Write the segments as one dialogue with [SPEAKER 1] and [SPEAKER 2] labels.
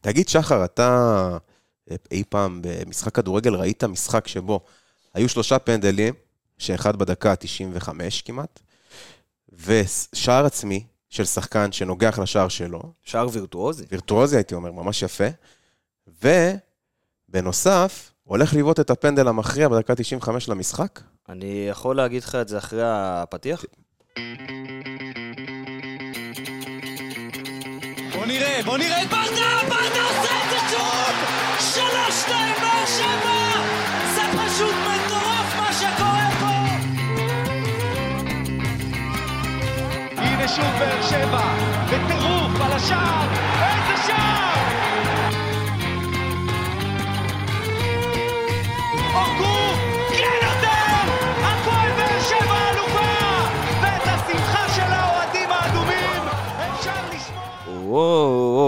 [SPEAKER 1] תגיד, שחר, אתה אה, אי פעם במשחק כדורגל ראית משחק שבו היו שלושה פנדלים, שאחד בדקה ה-95 כמעט, ושער עצמי של שחקן שנוגח לשער שלו,
[SPEAKER 2] שער וירטואוזי.
[SPEAKER 1] וירטואוזי הייתי אומר, ממש יפה, ובנוסף, הולך לבעוט את הפנדל המכריע בדקה 95 למשחק?
[SPEAKER 2] אני יכול להגיד לך את זה אחרי הפתיח?
[SPEAKER 3] בוא נראה, בוא נראה את ברדה, ברדה עושה את זה שוב! שלוש, שתיים, באר שבע! זה פשוט מטורף מה שקורה פה! הנה שוב באר שבע, בטירוף על השער! איזה שער! אורגו! כן יותר! הפועל באר שבע אלופה! ואת השמחה של האוהדים האדומים אפשר לשמוע!
[SPEAKER 2] וואו.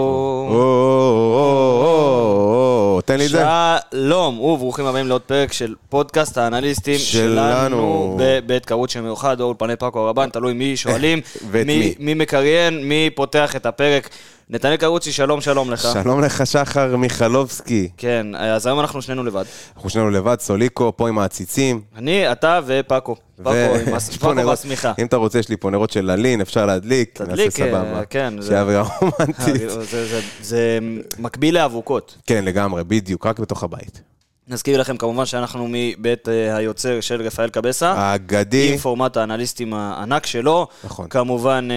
[SPEAKER 1] או, תן לי את זה.
[SPEAKER 2] שלום, וברוכים הבאים לעוד פרק של פודקאסט האנליסטים
[SPEAKER 1] שלנו.
[SPEAKER 2] שלנו בבית קרוצ'ה מיוחד, או אולפני פאקו רבן, תלוי מי שואלים,
[SPEAKER 1] ואת מי.
[SPEAKER 2] מי מקריין, מי פותח את הפרק. נתנאל קרוצ'י, שלום, שלום לך.
[SPEAKER 1] שלום לך, שחר מיכלובסקי.
[SPEAKER 2] כן, אז היום אנחנו שנינו לבד.
[SPEAKER 1] אנחנו שנינו לבד, סוליקו, פה עם העציצים.
[SPEAKER 2] אני, אתה ופאקו. פאקו
[SPEAKER 1] ו-
[SPEAKER 2] עם הס-
[SPEAKER 1] יש פה
[SPEAKER 2] פאקו
[SPEAKER 1] נרות-
[SPEAKER 2] בשמיכה.
[SPEAKER 1] אם אתה רוצה, יש לי פה נרות של ללין, אפשר להדליק.
[SPEAKER 2] תדליק,
[SPEAKER 1] נעשה
[SPEAKER 2] אה,
[SPEAKER 1] סבבה.
[SPEAKER 2] כן, זה- אה,
[SPEAKER 1] שיהיה אווירה רומנטית.
[SPEAKER 2] זה- זה- זה- זה מקביל לאבוקות.
[SPEAKER 1] כן, לגמרי, בדיוק, רק בתוך הבית.
[SPEAKER 2] נזכיר לכם כמובן שאנחנו מבית אה, היוצר של רפאל קבסה.
[SPEAKER 1] אה, האגדי,
[SPEAKER 2] עם פורמט האנליסטים הענק שלו.
[SPEAKER 1] נכון.
[SPEAKER 2] כמובן, אה,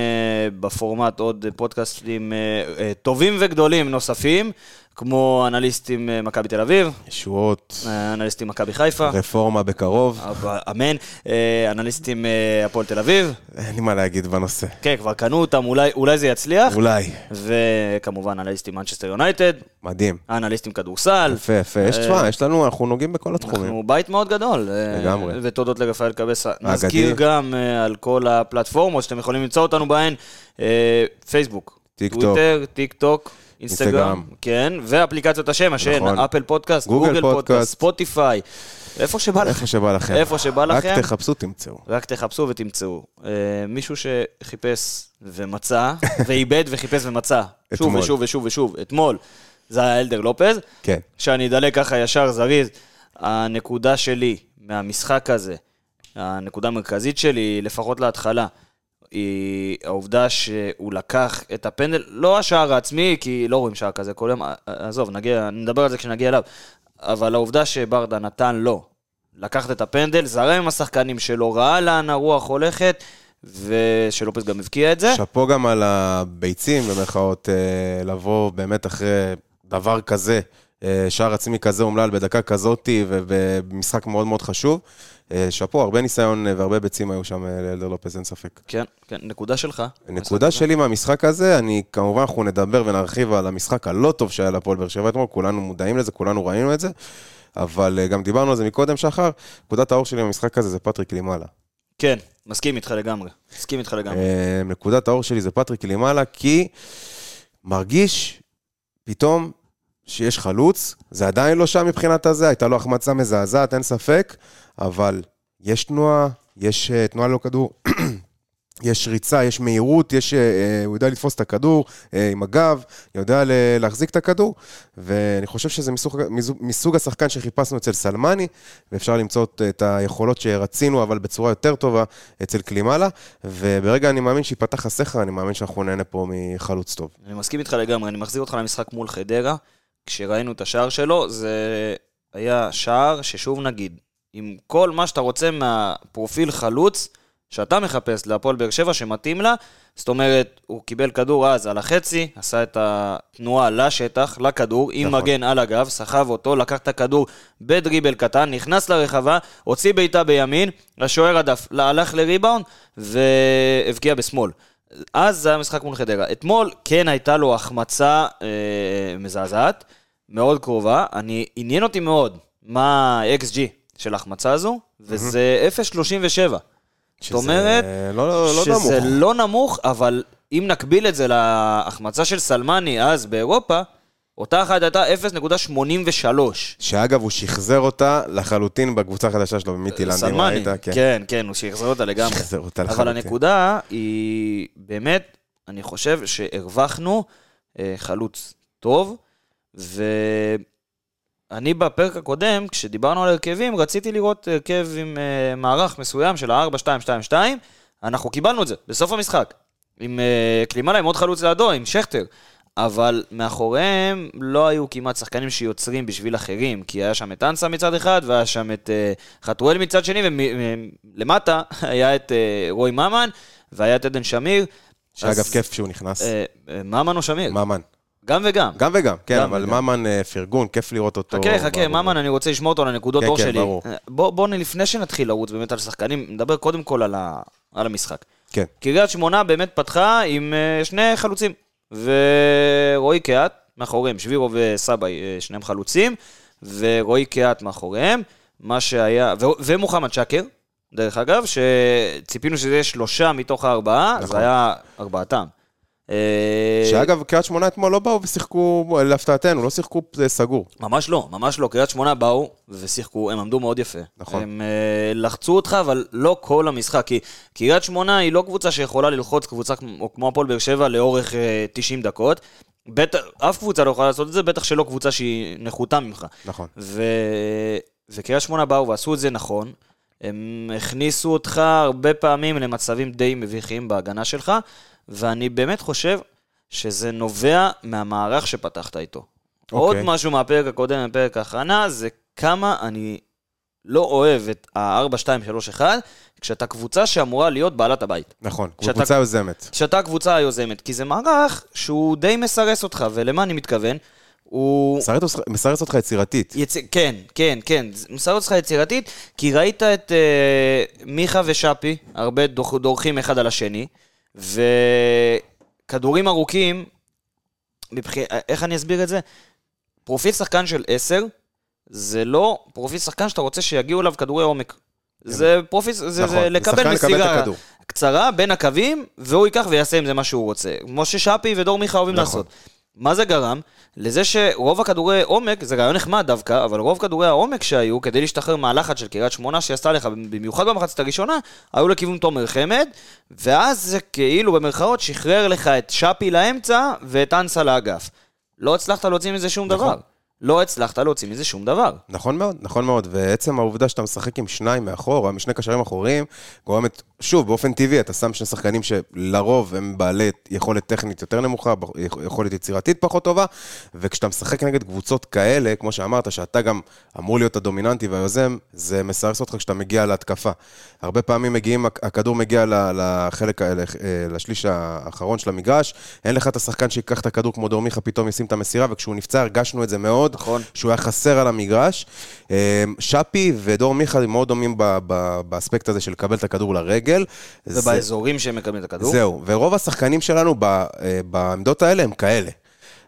[SPEAKER 2] בפורמט עוד פודקאסטים אה, אה, טובים וגדולים נוספים, כמו אנליסטים אה, מכבי תל אביב,
[SPEAKER 1] ישועות,
[SPEAKER 2] אה, אנליסטים מכבי חיפה,
[SPEAKER 1] רפורמה בקרוב.
[SPEAKER 2] אבל- אמן, אה, אנליסטים אה, הפועל תל אביב.
[SPEAKER 1] אין לי מה להגיד בנושא.
[SPEAKER 2] כן, כבר קנו אותם, אולי- אולי זה יצליח.
[SPEAKER 1] אולי,
[SPEAKER 2] וכמובן, אנליסטים מנצ'סטר יונייטד,
[SPEAKER 1] מדהים.
[SPEAKER 2] אנליסטים כדורסל.
[SPEAKER 1] יפה, יפה. יש,
[SPEAKER 2] אה,
[SPEAKER 1] תשמע, יש לנו, אנחנו נוגעים בכל התחומים.
[SPEAKER 2] אנחנו בית מאוד גדול. אה,
[SPEAKER 1] לגמרי.
[SPEAKER 2] ותודות לרפאל קבסה. נזכיר גם אה, על כל הפלטפורמות שאתם יכולים למצוא אותנו בהן, אה, פייסבוק,
[SPEAKER 1] טיקטוק.
[SPEAKER 2] טוויטר, טיק טוק. אינסטגרם,
[SPEAKER 1] אינסטגרם.
[SPEAKER 2] כן, ואפליקציות השם, השם,
[SPEAKER 1] נכון.
[SPEAKER 2] אפל פודקאסט,
[SPEAKER 1] גוגל
[SPEAKER 2] גוגל
[SPEAKER 1] פודקאסט.
[SPEAKER 2] פודקאסט, ספוטיפיי, איפה שבא לכם.
[SPEAKER 1] איפה שבא לכם.
[SPEAKER 2] איפה שבא לכם.
[SPEAKER 1] רק תחפשו, תמצאו.
[SPEAKER 2] רק תחפשו ותמצאו. אה, מישהו שחיפש ומצא, ואיבד וחיפש ומצא, שוב
[SPEAKER 1] אתמול.
[SPEAKER 2] ושוב ושוב ושוב, אתמול, זה היה אלדר לופז.
[SPEAKER 1] כן.
[SPEAKER 2] שאני אדלג ככה ישר זריז, הנקודה שלי מהמשחק הזה, הנקודה המרכזית שלי, לפחות להתחלה, היא העובדה שהוא לקח את הפנדל, לא השער העצמי, כי לא רואים שער כזה כל יום, עזוב, נגיע, נדבר על זה כשנגיע אליו, אבל העובדה שברדה נתן לו לקחת את הפנדל, זרם עם השחקנים שלו, ראה לאן הרוח הולכת, ושלופס גם הבקיע את זה.
[SPEAKER 1] שאפו גם על הביצים, במרכאות, אה, לבוא באמת אחרי דבר כזה, אה, שער עצמי כזה אומלל בדקה כזאתי ובמשחק מאוד מאוד חשוב. אה, שאפו, הרבה ניסיון אה, והרבה ביצים היו שם אה, לאלדר לופס, אין ספק.
[SPEAKER 2] כן, כן, נקודה שלך.
[SPEAKER 1] נקודה שלי מהמשחק הזה, אני כמובן, אנחנו נדבר ונרחיב על המשחק הלא טוב שהיה להפועל באר שבע אתמול, כולנו מודעים לזה, כולנו ראינו את זה, אבל אה, גם דיברנו על זה מקודם, שחר, נקודת האור שלי במשחק הזה זה פטריק לימאלה.
[SPEAKER 2] כן, מסכים איתך לגמרי. מסכים איתך לגמרי.
[SPEAKER 1] אה, נקודת האור שלי זה פטריק לימאלה, כי מרגיש פתאום שיש חלוץ, זה עדיין לא שם מבחינת הזה, הייתה לו החמצה מזעזעת, אין ספק, אבל יש תנועה, יש אה, תנועה ללא כדור. יש ריצה, יש מהירות, יש, אה, אה, הוא יודע לתפוס את הכדור אה, עם הגב, יודע ל- להחזיק את הכדור, ואני חושב שזה מסוג, מזוג- מסוג השחקן שחיפשנו אצל סלמני, ואפשר למצוא את- את היכולות שרצינו, אבל בצורה יותר טובה אצל קלימאלה, וברגע אני מאמין שייפתח הסכר, אני מאמין שאנחנו נהנה פה מחלוץ טוב.
[SPEAKER 2] אני מסכים איתך לגמרי, אני מחזיר אותך למשחק מול חדרה. כשראינו את השער שלו, זה היה שער ששוב נגיד, עם כל מה שאתה רוצה מהפרופיל חלוץ, שאתה מחפש להפועל באר שבע שמתאים לה, זאת אומרת, הוא קיבל כדור אז על החצי, עשה את התנועה לשטח, לכדור, עם
[SPEAKER 1] נכון.
[SPEAKER 2] מגן על הגב, סחב אותו, לקח את הכדור בדריבל קטן, נכנס לרחבה, הוציא בעיטה בימין, השוער הדף, הלך לריבאונד והבקיע בשמאל. אז זה היה משחק מול חדרה. אתמול כן הייתה לו החמצה אה, מזעזעת, מאוד קרובה. אני, עניין אותי מאוד מה ה-XG של ההחמצה הזו, וזה 0.37.
[SPEAKER 1] שזה
[SPEAKER 2] אומרת
[SPEAKER 1] לא, לא, לא נמוך.
[SPEAKER 2] שזה לא נמוך, אבל אם נקביל את זה להחמצה של סלמני אז באירופה, אותה אחת הייתה 0.83.
[SPEAKER 1] שאגב, הוא שחזר אותה לחלוטין בקבוצה החדשה שלו, במיטי לנדי,
[SPEAKER 2] סלמני,
[SPEAKER 1] ראית? כן.
[SPEAKER 2] כן, כן, הוא שיחזר אותה לגמרי.
[SPEAKER 1] שחזר אותה
[SPEAKER 2] אבל
[SPEAKER 1] לחלוטין.
[SPEAKER 2] הנקודה היא, באמת, אני חושב שהרווחנו אה, חלוץ טוב, ואני בפרק הקודם, כשדיברנו על הרכבים, רציתי לראות הרכב עם אה, מערך מסוים של ה-4-2-2-2, אנחנו קיבלנו את זה בסוף המשחק. עם אה, קלימלה, עם עוד חלוץ לידו, עם שכטר. אבל מאחוריהם לא היו כמעט שחקנים שיוצרים בשביל אחרים, כי היה שם את אנסה מצד אחד, והיה שם את אה, חתואל מצד שני, ולמטה היה את אה, רוי ממן, והיה את עדן שמיר.
[SPEAKER 1] שאגב,
[SPEAKER 2] אז-
[SPEAKER 1] כיף שהוא נכנס.
[SPEAKER 2] אה, אה, ממן או שמיר?
[SPEAKER 1] ממן.
[SPEAKER 2] גם וגם.
[SPEAKER 1] גם וגם, כן,
[SPEAKER 2] גם
[SPEAKER 1] אבל
[SPEAKER 2] וגם.
[SPEAKER 1] ממן אה, פרגון, כיף לראות אותו.
[SPEAKER 2] חכה, חכה,
[SPEAKER 1] בעבודה.
[SPEAKER 2] ממן, אני רוצה לשמור אותו על הנקודות
[SPEAKER 1] כן,
[SPEAKER 2] אור
[SPEAKER 1] כן,
[SPEAKER 2] שלי.
[SPEAKER 1] ברור.
[SPEAKER 2] בוא, בוא, נ- לפני שנתחיל לרוץ באמת על שחקנים, נדבר קודם כל על, ה, על המשחק.
[SPEAKER 1] כן.
[SPEAKER 2] קריית שמונה באמת פתחה עם אה, שני חלוצים, ורועי קהת מאחוריהם, שבירו וסבאי, אה, שניהם חלוצים, ורועי קהת מאחוריהם, מה שהיה, ו, ומוחמד שקר, דרך אגב, שציפינו שזה יהיה שלושה מתוך הארבעה,
[SPEAKER 1] נכון.
[SPEAKER 2] זה היה ארבעתם. אה,
[SPEAKER 1] שאגב, קריית שמונה אתמול לא באו ושיחקו, להפתעתנו, לא שיחקו אה, סגור.
[SPEAKER 2] ממש לא, ממש לא. קריית שמונה באו ושיחקו, הם עמדו מאוד יפה.
[SPEAKER 1] נכון.
[SPEAKER 2] הם אה, לחצו אותך, אבל לא כל המשחק. כי קריית שמונה היא לא קבוצה שיכולה ללחוץ קבוצה כמו, כמו הפועל באר שבע לאורך אה, 90 דקות. בטח, אף קבוצה לא יכולה לעשות את זה, בטח שלא קבוצה שהיא נחותה ממך.
[SPEAKER 1] נכון.
[SPEAKER 2] ו... וקריית שמונה באו ועשו את זה נכון. הם הכניסו אותך הרבה פעמים למצבים די מביכים בהגנה שלך, ואני באמת חושב שזה נובע מהמערך שפתחת איתו. Okay.
[SPEAKER 1] אוקיי.
[SPEAKER 2] עוד משהו מהפרק הקודם, מפרק ההכנה, זה כמה אני לא אוהב את ה-4, 2, 3, 1, כשאתה קבוצה שאמורה להיות בעלת הבית.
[SPEAKER 1] נכון,
[SPEAKER 2] כשאתה-
[SPEAKER 1] קבוצה יוזמת.
[SPEAKER 2] כשאתה הקבוצה היוזמת, כי זה מערך שהוא די מסרס אותך, ולמה אני מתכוון? הוא...
[SPEAKER 1] מסרט אותך- מסרס אותך יצירתית.
[SPEAKER 2] יצ... כן, כן, כן. זה מסרת אותך יצירתית, כי ראית את אה, מיכה ושאפי, הרבה דוח... דורכים אחד על השני, וכדורים ארוכים, מבח... איך אני אסביר את זה? פרופיל שחקן של 10, זה לא פרופיל שחקן שאתה רוצה שיגיעו אליו כדורי עומק. זה פרופיל, זה,
[SPEAKER 1] כן. נכון, זה
[SPEAKER 2] זה
[SPEAKER 1] שחקן
[SPEAKER 2] לקבל
[SPEAKER 1] לקבל את
[SPEAKER 2] מסירה
[SPEAKER 1] הכדור.
[SPEAKER 2] קצרה בין הקווים, והוא ייקח ויעשה עם זה מה שהוא רוצה. כמו ששאפי ודור מיכה אוהבים
[SPEAKER 1] נכון.
[SPEAKER 2] לעשות. מה זה גרם? לזה שרוב הכדורי עומק, זה רעיון נחמד דווקא, אבל רוב כדורי העומק שהיו, כדי להשתחרר מהלחץ של קריית שמונה שעשתה לך, במיוחד במחצית הראשונה, היו לכיוון תומר חמד, ואז זה כאילו במרכאות שחרר לך את שפי לאמצע ואת אנסה לאגף. לא הצלחת להוציא מזה שום
[SPEAKER 1] נכון.
[SPEAKER 2] דבר. לא הצלחת להוציא מזה שום דבר.
[SPEAKER 1] נכון מאוד, נכון מאוד, ועצם העובדה שאתה משחק עם שניים מאחור, או עם שני קשרים אחוריים, גורמת, שוב, באופן טבעי, אתה שם שני שחקנים שלרוב הם בעלי יכולת טכנית יותר נמוכה, ב- יכ- יכולת יצירתית פחות טובה, וכשאתה משחק נגד קבוצות כאלה, כמו שאמרת, שאתה גם אמור להיות הדומיננטי והיוזם, זה מסרס אותך כשאתה מגיע להתקפה. הרבה פעמים מגיעים, הכ- הכדור מגיע ל- לחלק, ה- לח- אה, לשליש האחרון של המגרש, אין לך את השחקן שייקח את הכדור כמו דורמיכה, פתאום ישים את המסירה, וכשהוא נפצע הרגשנו את זה מאוד.
[SPEAKER 2] נכון.
[SPEAKER 1] שהוא היה חסר על המגרש. אה, שפי ודור מיכה מאוד דומים ב- ב- באספקט הזה של לקבל את הכדור לרגל. זה-
[SPEAKER 2] ובאזורים שהם מקבלים את הכדור.
[SPEAKER 1] זהו, ורוב השחקנים שלנו ב, אה, בעמדות האלה הם כאלה.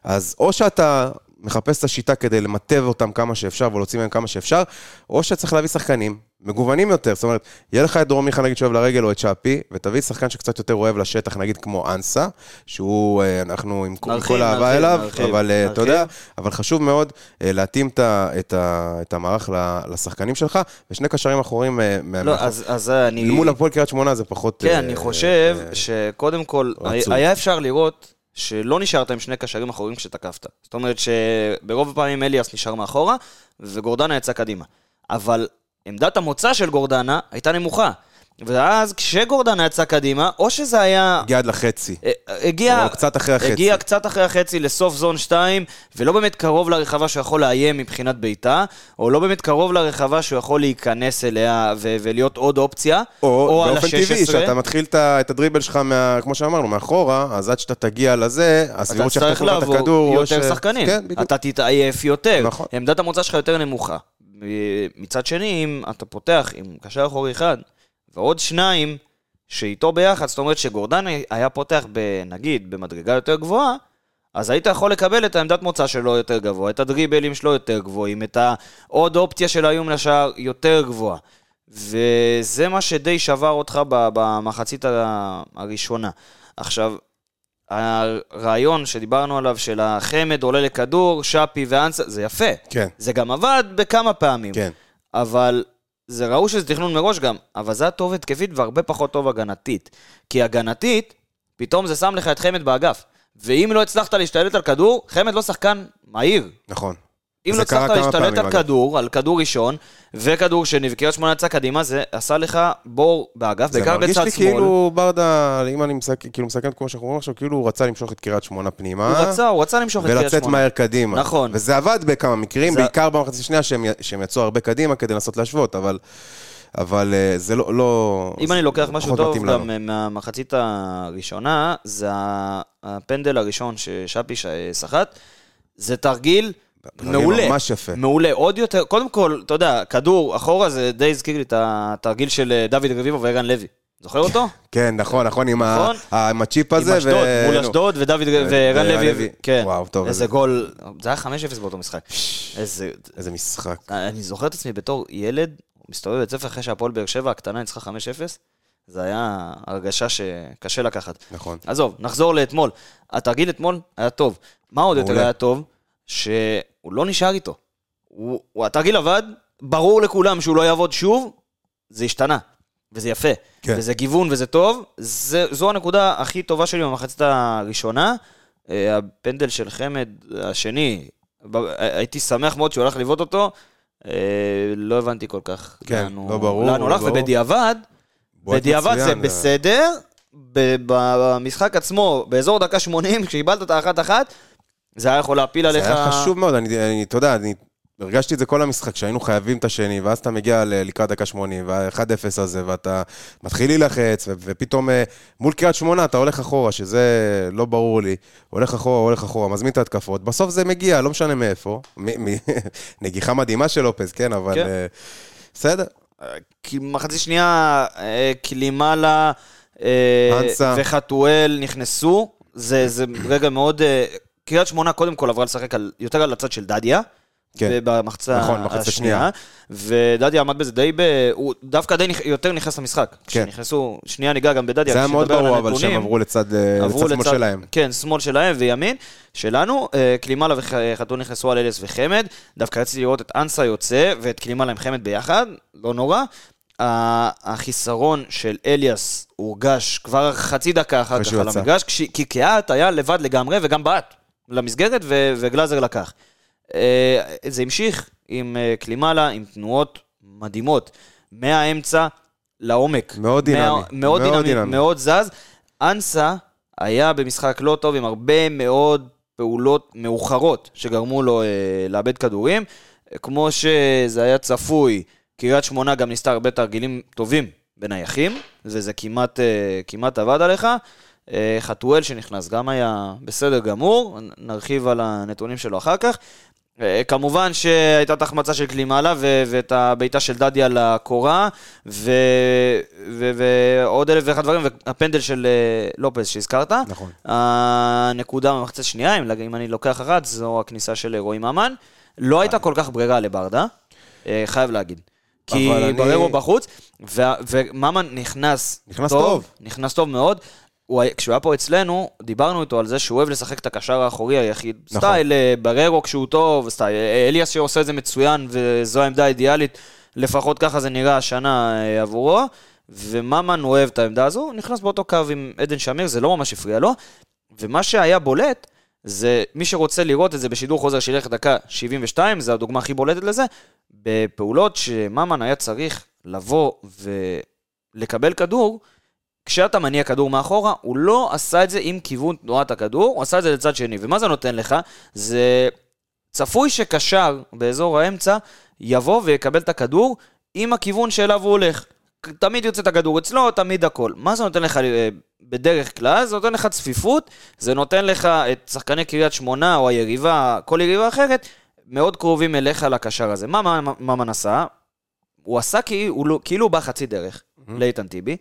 [SPEAKER 1] אז או שאתה מחפש את השיטה כדי למטב אותם כמה שאפשר ולהוציא מהם כמה שאפשר, או שצריך להביא שחקנים מגוונים יותר. זאת אומרת, יהיה לך את דרום מיכה נגיד שאוהב לרגל או את שפי, ותביא שחקן שקצת יותר אוהב לשטח, נגיד כמו אנסה, שהוא, אה, אנחנו עם כל- עם
[SPEAKER 2] נרחיב,
[SPEAKER 1] כל האהבה
[SPEAKER 2] נרחיב,
[SPEAKER 1] אליו,
[SPEAKER 2] נרחיב,
[SPEAKER 1] אבל אה, אתה יודע,
[SPEAKER 2] נרחיב.
[SPEAKER 1] אבל חשוב מאוד אה, להתאים את ה- את ה- את המערך ל- לשחקנים שלך, ושני קשרים אחורים אה, מה-
[SPEAKER 2] לא,
[SPEAKER 1] מאחור-
[SPEAKER 2] אז, אז אני...
[SPEAKER 1] אל מול הפועל קריית שמונה זה פחות...
[SPEAKER 2] כן,
[SPEAKER 1] אה,
[SPEAKER 2] אני חושב
[SPEAKER 1] אה,
[SPEAKER 2] שקודם כל,
[SPEAKER 1] רצוי.
[SPEAKER 2] היה אפשר לראות שלא נשארת עם שני קשרים אחוריים כשתקפת. זאת אומרת שברוב הפעמים אליאס נשאר מאחורה, וגורדנה יצא קדימה. אבל עמדת המוצא של גורדנה הייתה נמוכה. ואז כשגורדנה יצא קדימה, או שזה היה...
[SPEAKER 1] הגיע עד לחצי.
[SPEAKER 2] אה, הגיע,
[SPEAKER 1] או קצת אחרי החצי.
[SPEAKER 2] הגיע קצת אחרי החצי לסוף זון 2, ולא באמת קרוב לרחבה שהוא יכול לאיים מבחינת בעיטה, או לא באמת קרוב לרחבה שהוא יכול להיכנס אליה ו- ולהיות עוד אופציה.
[SPEAKER 1] או
[SPEAKER 2] על
[SPEAKER 1] באופן טבעי,
[SPEAKER 2] ה-16.
[SPEAKER 1] שאתה מתחיל את ה- את הדריבל שלך, מה- כמו שאמרנו, מאחורה, אז עד שאתה תגיע לזה,
[SPEAKER 2] אתה
[SPEAKER 1] הסבירות
[SPEAKER 2] צריך
[SPEAKER 1] שיחטפו לך את
[SPEAKER 2] לעבור
[SPEAKER 1] הכדור... או
[SPEAKER 2] יותר
[SPEAKER 1] ש-
[SPEAKER 2] שחקנים.
[SPEAKER 1] כן, בדיוק.
[SPEAKER 2] אתה תתעייף יותר.
[SPEAKER 1] נכון.
[SPEAKER 2] עמדת המוצא שלך יותר נמוכה. אה, מצד שני, אם אתה פותח עם קשר אחורי אחד ועוד שניים שאיתו ביחד, זאת אומרת שגורדן היה פותח, ב- נגיד, במדרגה יותר גבוהה, אז היית יכול לקבל את העמדת מוצא שלו יותר גבוה, את הדריבלים שלו יותר גבוהים, את העוד אופציה של האיום לשער יותר גבוהה. וזה מה שדי שבר אותך ב- במחצית ה- הראשונה. עכשיו, הרעיון שדיברנו עליו של החמד עולה לכדור, שפי ואנסה, זה יפה.
[SPEAKER 1] כן,
[SPEAKER 2] זה גם עבד בכמה פעמים.
[SPEAKER 1] כן.
[SPEAKER 2] אבל זה ראו שזה תכנון מראש גם, אבל זה היה טוב התקפית והרבה פחות טוב הגנתית. כי הגנתית, פתאום זה שם לך את חמד באגף. ואם לא הצלחת להשתלט על כדור, חמד לא שחקן מהיר.
[SPEAKER 1] נכון.
[SPEAKER 2] אם
[SPEAKER 1] זה
[SPEAKER 2] לא
[SPEAKER 1] קרה
[SPEAKER 2] הצלחת
[SPEAKER 1] כמה
[SPEAKER 2] להשתלט
[SPEAKER 1] פעמים,
[SPEAKER 2] על
[SPEAKER 1] אגב.
[SPEAKER 2] כדור, על כדור ראשון, וכדור שני, וקריית שמונה יצאה קדימה, זה עשה לך בור באגף,
[SPEAKER 1] זה
[SPEAKER 2] בעיקר בצד
[SPEAKER 1] מרגיש
[SPEAKER 2] שמאל.
[SPEAKER 1] לי כאילו ברדה, אם אני מסכם, כאילו מסכם את כמו שאנחנו אומרים עכשיו, כאילו הוא רצה למשוך את קריית שמונה פנימה.
[SPEAKER 2] הוא רצה, הוא רצה למשוך את קריית
[SPEAKER 1] אה? ולצאת
[SPEAKER 2] שמונה.
[SPEAKER 1] מהר קדימה.
[SPEAKER 2] נכון.
[SPEAKER 1] וזה עבד בכמה מקרים,
[SPEAKER 2] זה-
[SPEAKER 1] בעיקר במחצית השנייה שהם, י- שהם יצאו הרבה קדימה כדי לנסות להשוות, אבל, אבל אה, זה לא... לא
[SPEAKER 2] אם
[SPEAKER 1] זה
[SPEAKER 2] אני לוקח משהו
[SPEAKER 1] פחות
[SPEAKER 2] טוב
[SPEAKER 1] מתאים
[SPEAKER 2] גם
[SPEAKER 1] לנו.
[SPEAKER 2] אה, מהמחצית הראשונה, זה ה- הפנדל הראשון ששפי ש- סחט, זה תרגיל
[SPEAKER 1] תרגיל
[SPEAKER 2] מעולה.
[SPEAKER 1] ממש יפה.
[SPEAKER 2] מעולה. עוד יותר, קודם כל, אתה יודע, כדור אחורה זה די הזכיר לי את התרגיל של אה, דוד רביבו וערן לוי. זוכר אותו?
[SPEAKER 1] כן, נכון, נכון, עם, ה-
[SPEAKER 2] נכון?
[SPEAKER 1] ה- עם הצ'יפ הזה.
[SPEAKER 2] עם אשדוד,
[SPEAKER 1] ו-
[SPEAKER 2] מול
[SPEAKER 1] נו, אה,
[SPEAKER 2] אשדוד, ודוד וערן לוי. כן.
[SPEAKER 1] וואו, טוב,
[SPEAKER 2] איזה
[SPEAKER 1] איזה,
[SPEAKER 2] גול, זה היה 5-0 באותו משחק. איזה...
[SPEAKER 1] איזה משחק.
[SPEAKER 2] אני זוכר את עצמי בתור ילד, מסתובב בבית ספר אחרי שהפועל באר שבע הקטנה ניצחה 5-0, זה היה הרגשה שקשה לקחת.
[SPEAKER 1] נכון.
[SPEAKER 2] עזוב, נחזור לאתמול. התרגיל אתמול היה טוב. מה עוד יותר
[SPEAKER 1] מעולה.
[SPEAKER 2] היה טוב? שהוא לא נשאר איתו. הוא, הוא, התרגיל עבד, ברור לכולם שהוא לא יעבוד שוב, זה השתנה. וזה יפה.
[SPEAKER 1] כן.
[SPEAKER 2] וזה גיוון וזה טוב. זה, זו הנקודה הכי טובה שלי במחצית הראשונה. אה, הפנדל של חמד השני, ב- הייתי שמח מאוד שהוא הלך לבעוט אותו. אה, לא הבנתי כל כך.
[SPEAKER 1] כן,
[SPEAKER 2] לאן הוא-
[SPEAKER 1] לא ברור,
[SPEAKER 2] לאן הוא
[SPEAKER 1] לא
[SPEAKER 2] הלך,
[SPEAKER 1] ברור.
[SPEAKER 2] ובדיעבד,
[SPEAKER 1] בועט
[SPEAKER 2] בדיעבד זה
[SPEAKER 1] מצוין,
[SPEAKER 2] בסדר, ב- במשחק עצמו, באזור דקה 80, כשאיבדת את האחת-אחת, זה היה יכול להפיל
[SPEAKER 1] זה
[SPEAKER 2] עליך...
[SPEAKER 1] היה חשוב מאוד, אני, אני, אתה יודע, אני הרגשתי את זה כל המשחק, שהיינו חייבים את השני, ואז אתה מגיע ל- לקראת דקה 80, וה-1-0 הזה, ואתה מתחיל להילחץ, ו- ופתאום אה, מול קריית שמונה אתה הולך אחורה, שזה לא ברור לי, הולך אחורה, הולך אחורה, מזמין את ההתקפות, בסוף זה מגיע, לא משנה מאיפה, מ- מ- נגיחה מדהימה של לופז, כן, אבל...
[SPEAKER 2] כן.
[SPEAKER 1] אה, בסדר,
[SPEAKER 2] כי מחצית שנייה, אה, קילימלה אה,
[SPEAKER 1] אנסה.
[SPEAKER 2] וחתואל נכנסו, זה, זה רגע מאוד... אה, קריית שמונה קודם כל עברה לשחק על, יותר על הצד של דדיה.
[SPEAKER 1] כן.
[SPEAKER 2] במחצה
[SPEAKER 1] נכון, מחצית
[SPEAKER 2] השנייה. ודדיה עמד בזה די ב... הוא דווקא די נכ... יותר נכנס למשחק. כשנכנסו, שנייה ניגע גם בדדיה.
[SPEAKER 1] כן. זה היה מאוד
[SPEAKER 2] כשנדבר על
[SPEAKER 1] ברור, אבל שהם
[SPEAKER 2] הנתונים.
[SPEAKER 1] עברו לצד אה,
[SPEAKER 2] עברו
[SPEAKER 1] לצד שמאל שלהם.
[SPEAKER 2] כן, שמאל שלהם וימין שלנו. אה, קלימלה וחתול נכנסו על אליאס וחמד. דווקא רציתי לראות את אנסה יוצא ואת קלימלה עם חמד ביחד, לא נורא. ה- החיסרון של אליאס הורגש כבר חצי דקה אחר
[SPEAKER 1] אחרי
[SPEAKER 2] כך
[SPEAKER 1] שהוא
[SPEAKER 2] על
[SPEAKER 1] יצא.
[SPEAKER 2] המגרש, כש- כי קיאט היה לבד לגמרי וגם בעט למסגרת ו- וגלאזר לקח. אה, זה המשיך עם אה, קלימלה, עם תנועות מדהימות. מהאמצע לעומק.
[SPEAKER 1] מאוד
[SPEAKER 2] מה-
[SPEAKER 1] דינמי,
[SPEAKER 2] מאוד
[SPEAKER 1] מאוד
[SPEAKER 2] דינמי,
[SPEAKER 1] דינמי.
[SPEAKER 2] מאוד זז. אנסה היה במשחק לא טוב עם הרבה מאוד פעולות מאוחרות שגרמו לו אה, לאבד כדורים. כמו שזה היה צפוי, קריית שמונה גם ניסתה הרבה תרגילים טובים בנייחים, וזה כמעט, אה, כמעט עבד עליך. אה, חתואל שנכנס גם היה בסדר גמור, נ- נרחיב על הנתונים שלו אחר כך. אה, כמובן שהייתה את ההחמצה של קלימאלה ו- ואת הבעיטה של דדיה לקורה ו- ו- ועוד אלף ואחד דברים והפנדל של אה, לופז שהזכרת.
[SPEAKER 1] נכון.
[SPEAKER 2] הנקודה במחצית השנייה, אם אם אני לוקח אחת, זו הכניסה של רועי ממן. לא
[SPEAKER 1] אה.
[SPEAKER 2] הייתה כל כך ברירה לברדה, אה, חייב להגיד. כי
[SPEAKER 1] אבל אני-
[SPEAKER 2] בררו בחוץ, וה- וממן נכנס
[SPEAKER 1] נכנס טוב.
[SPEAKER 2] נכנס טוב מאוד. הוא, היה- כשהוא היה פה אצלנו, דיברנו איתו על זה שהוא אוהב לשחק את הקשר האחורי היחיד.
[SPEAKER 1] נכון.
[SPEAKER 2] סטייל אה, בררו כשהוא טוב, סטייל אה, אליאס שעושה את זה מצוין, וזו העמדה האידיאלית, לפחות ככה זה נראה השנה אה, עבורו. וממן אוהב את העמדה הזו, הוא נכנס באותו קו עם עדן שמיר, זה לא ממש הפריע לו. ומה שהיה בולט, זה מי שרוצה לראות את זה בשידור חוזר שילך דקה 72, זו הדוגמה הכי בולטת לזה, בפעולות שממן היה צריך לבוא ולקבל כדור, כשאתה מניע כדור מאחורה, הוא לא עשה את זה עם כיוון תנועת הכדור, הוא עשה את זה לצד שני. ומה זה נותן לך? זה צפוי שקשר באזור האמצע יבוא ויקבל את הכדור עם הכיוון שאליו הוא הולך. תמיד יוצא את הכדור אצלו, תמיד הכל. מה זה נותן לך אה, בדרך כלל? זה נותן לך צפיפות, זה נותן לך את שחקני קריית שמונה או היריבה, כל יריבה אחרת, מאוד קרובים אליך לקשר הזה. מה- מה מה- מה עשה? הוא עשה כאילו, כאילו הוא בא חצי דרך לאיתן טיבי,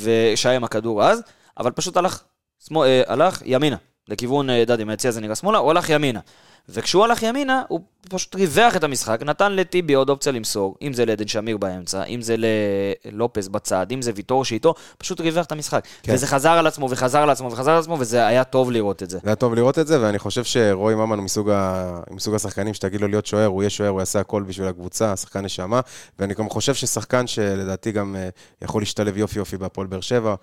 [SPEAKER 2] ושהיה עם הכדור אז, אבל פשוט הלך, שמאל, אה, הלך ימינה, לכיוון אה, דדי, מהיציע זה נראה שמאלה, הוא הלך ימינה. וכשהוא הלך ימינה, הוא פשוט ריווח את המשחק, נתן לטיבי עוד אופציה למסור, אם זה לעדן שמיר באמצע, אם זה ללופס בצד, אם זה ויטור שאיתו, פשוט ריווח את המשחק. כן.
[SPEAKER 1] כן.
[SPEAKER 2] וזה חזר על עצמו, וחזר על עצמו, וחזר על עצמו, וזה היה טוב לראות את זה.
[SPEAKER 1] זה היה טוב לראות את זה, ואני חושב שרועי ממן הוא מסוג, ה... הוא מסוג השחקנים שתגיד לו להיות שוער, הוא יהיה שוער, הוא יעשה הכל בשביל הקבוצה, שחקן נשמה, ואני גם חושב ששחקן שלדעתי גם אה, יכול להשתלב יופי יופי בהפועל באר שבע.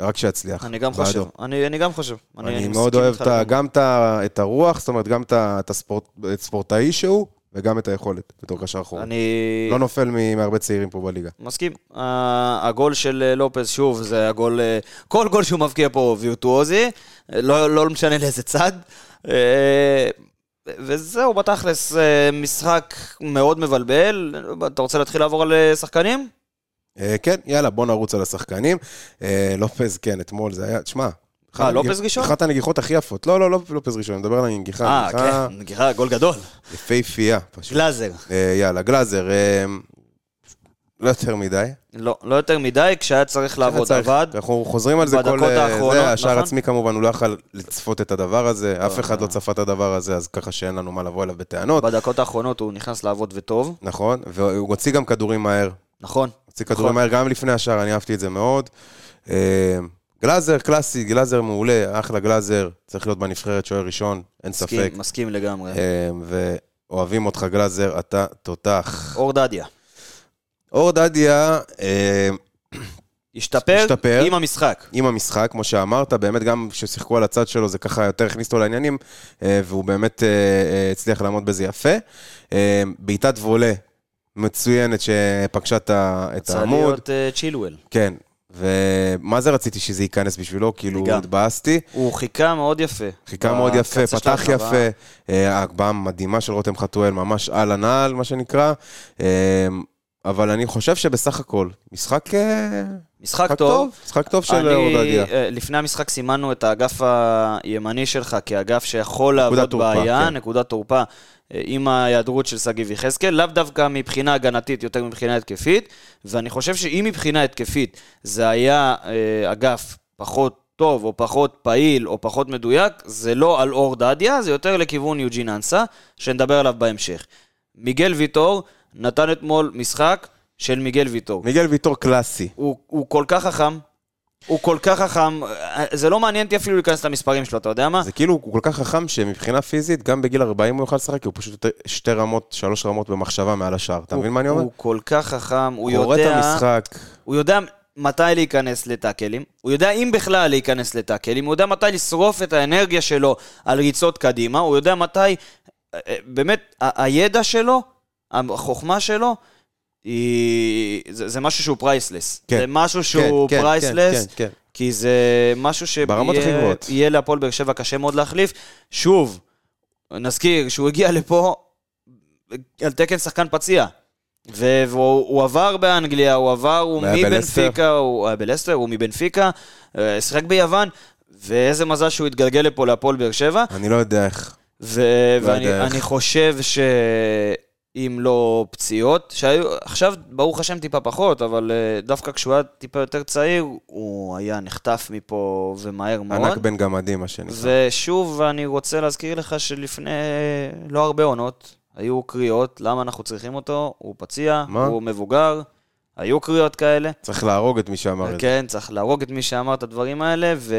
[SPEAKER 1] רק שיצליח.
[SPEAKER 2] אני גם
[SPEAKER 1] בעדו.
[SPEAKER 2] חושב, אני אני גם חושב.
[SPEAKER 1] אני
[SPEAKER 2] מסכים
[SPEAKER 1] מאוד אוהב
[SPEAKER 2] איתך
[SPEAKER 1] את ה-
[SPEAKER 2] לגמרי.
[SPEAKER 1] גם את ה- את הרוח, זאת אומרת, גם את ה- את הספורט- את הספורטאי שהוא, וגם את היכולת בתור קשר אחורי.
[SPEAKER 2] אני
[SPEAKER 1] לא נופל מ- מהרבה צעירים פה בליגה.
[SPEAKER 2] מסכים. ה- הגול של אה, לופז, שוב, זה הגול... אה, כל גול שהוא מבקיע פה הוא וירטואוזי, אה, לא לא משנה לאיזה צד. אה, וזהו, בתכלס, אה, משחק מאוד מבלבל. אתה רוצה להתחיל לעבור על אה, שחקנים?
[SPEAKER 1] אה, כן, יאללה, בוא נרוץ על השחקנים. אה, לופז, כן, אתמול זה היה, תשמע. אחת
[SPEAKER 2] אה, לופז
[SPEAKER 1] הנגיח-
[SPEAKER 2] ראשון?
[SPEAKER 1] אחת הנגיחות הכי יפות. לא, לא, לא לופז ראשון, אני מדבר על הנגיחה.
[SPEAKER 2] אה,
[SPEAKER 1] נגיחה
[SPEAKER 2] כן, נגיחה, גול גדול.
[SPEAKER 1] יפהפייה, פשוט.
[SPEAKER 2] גלאזר.
[SPEAKER 1] אה, יאללה, גלאזר, אה, לא יותר מדי.
[SPEAKER 2] לא, לא יותר מדי, כשהיה צריך לעבוד
[SPEAKER 1] צריך-
[SPEAKER 2] עבד.
[SPEAKER 1] אנחנו חוזרים על זה כל...
[SPEAKER 2] בדקות
[SPEAKER 1] אה,
[SPEAKER 2] האחרונות,
[SPEAKER 1] זה, השער
[SPEAKER 2] נכון.
[SPEAKER 1] עצמי כמובן, הוא לא יכל לצפות את הדבר הזה, אף
[SPEAKER 2] לא,
[SPEAKER 1] אחד
[SPEAKER 2] לא.
[SPEAKER 1] לא צפה את הדבר הזה, אז ככה שאין לנו מה לבוא אליו בטענות.
[SPEAKER 2] בדקות האחרונות הוא נכנס לעבוד וטוב,
[SPEAKER 1] נכון, והוא הוציא גם כדורים מהר.
[SPEAKER 2] נכון?
[SPEAKER 1] הוציא כדורים מהר גם לפני השער, אני אהבתי את זה מאוד. אה, גלאזר קלאסי, גלאזר מעולה, אחלה גלאזר, צריך להיות בנבחרת שוער ראשון, אין ספק.
[SPEAKER 2] מסכים, מסכים לגמרי.
[SPEAKER 1] אה, ואוהבים אותך גלאזר, אתה תותח.
[SPEAKER 2] אור דדיה,
[SPEAKER 1] אור דדיה, אה,
[SPEAKER 2] השתפר
[SPEAKER 1] השתפר.
[SPEAKER 2] עם המשחק.
[SPEAKER 1] עם המשחק, כמו שאמרת, באמת גם כששיחקו על הצד שלו, זה ככה יותר הכניס אותו לעניינים, אה, והוא באמת אה, אה, הצליח לעמוד בזה יפה. אה, בעיטת וולה מצוינת שפגשה את ה- את
[SPEAKER 2] צריך
[SPEAKER 1] העמוד.
[SPEAKER 2] להיות אה, צ'ילואל.
[SPEAKER 1] כן, ומה זה רציתי שזה ייכנס בשבילו? כאילו,
[SPEAKER 2] גם.
[SPEAKER 1] התבאסתי.
[SPEAKER 2] הוא חיכה מאוד יפה.
[SPEAKER 1] חיכה מאוד יפה,
[SPEAKER 2] בקצה של
[SPEAKER 1] פתח
[SPEAKER 2] הרחבה.
[SPEAKER 1] יפה, אה, ההגבהה מדהימה של רותם חתואל, ממש על הנעל, מה שנקרא. אה, אבל אני חושב שבסך הכל, משחק אה,
[SPEAKER 2] משחק
[SPEAKER 1] משחק
[SPEAKER 2] טוב.
[SPEAKER 1] משחק טוב של
[SPEAKER 2] אני,
[SPEAKER 1] אורדדיה.
[SPEAKER 2] אה, לפני המשחק סימנו את האגף הימני שלך כאגף שיכול לעבוד
[SPEAKER 1] תורפה,
[SPEAKER 2] בעיה,
[SPEAKER 1] כן.
[SPEAKER 2] נקודת תורפה, אה, עם ההיעדרות של שגיב יחזקאל, לאו דווקא מבחינה הגנתית, יותר מבחינה התקפית, ואני חושב שאם מבחינה התקפית זה היה אה, אגף פחות טוב, או פחות פעיל, או פחות מדויק, זה לא על אור דדיה, זה יותר לכיוון יוג'ין אנסה, שנדבר עליו בהמשך. מיגל ויטור נתן אתמול משחק של מיגל ויטור.
[SPEAKER 1] מיגל ויטור קלאסי.
[SPEAKER 2] הוא, הוא כל כך חכם, הוא כל כך חכם, אה, זה לא מעניין אותי אפילו להיכנס למספרים שלו, אתה יודע מה?
[SPEAKER 1] זה כאילו הוא כל כך חכם שמבחינה פיזית, גם בגיל 40 הוא יוכל לשחק, כי הוא פשוט יותר- שתי רמות, שלוש רמות במחשבה מעל השאר. אתה
[SPEAKER 2] הוא-
[SPEAKER 1] מבין מה אני אומר?
[SPEAKER 2] הוא כל כך חכם, הוא
[SPEAKER 1] קורא את
[SPEAKER 2] יודע,
[SPEAKER 1] המשחק,
[SPEAKER 2] הוא יודע מתי להיכנס לטאקלים, הוא יודע אם בכלל להיכנס לטאקלים, הוא יודע מתי לשרוף את האנרגיה שלו על ריצות קדימה, הוא יודע מתי, אה, אה, באמת, ה- הידע שלו, החוכמה שלו, היא... זה, זה משהו שהוא פרייסלס.
[SPEAKER 1] כן.
[SPEAKER 2] זה משהו שהוא
[SPEAKER 1] כן, כן,
[SPEAKER 2] פרייסלס.
[SPEAKER 1] כן, כן, כן.
[SPEAKER 2] כי זה משהו
[SPEAKER 1] ברמות הכי
[SPEAKER 2] שיהיה
[SPEAKER 1] גבוהות.
[SPEAKER 2] יהיה להפועל באר שבע קשה מאוד להחליף. שוב, נזכיר שהוא הגיע לפה על תקן שחקן פציע. ו- והוא הוא עבר באנגליה, הוא עבר, הוא
[SPEAKER 1] והיה בלסטר.
[SPEAKER 2] מבנפיקה, הוא היה בלסטר, הוא מבנפיקה, אה, שיחק ביוון, ואיזה מזל שהוא התגלגל לפה להפועל באר שבע.
[SPEAKER 1] אני לא יודע איך.
[SPEAKER 2] ו-
[SPEAKER 1] לא יודע
[SPEAKER 2] ואני
[SPEAKER 1] איך.
[SPEAKER 2] אני חושב שאם לא פציעות, שהיו, עכשיו ברוך השם טיפה פחות, אבל אה, דווקא כשהוא היה טיפה יותר צעיר, הוא היה נחטף מפה ומהר
[SPEAKER 1] ענק
[SPEAKER 2] מאוד.
[SPEAKER 1] בן גמדי, מה שנקרא.
[SPEAKER 2] ושוב, אני רוצה להזכיר לך שלפני לא הרבה עונות, היו קריאות, למה אנחנו צריכים אותו? הוא פציע,
[SPEAKER 1] מה?
[SPEAKER 2] הוא מבוגר, היו קריאות כאלה.
[SPEAKER 1] צריך להרוג את מי שאמר את זה.
[SPEAKER 2] כן, צריך להרוג את מי שאמר את הדברים האלה, ו...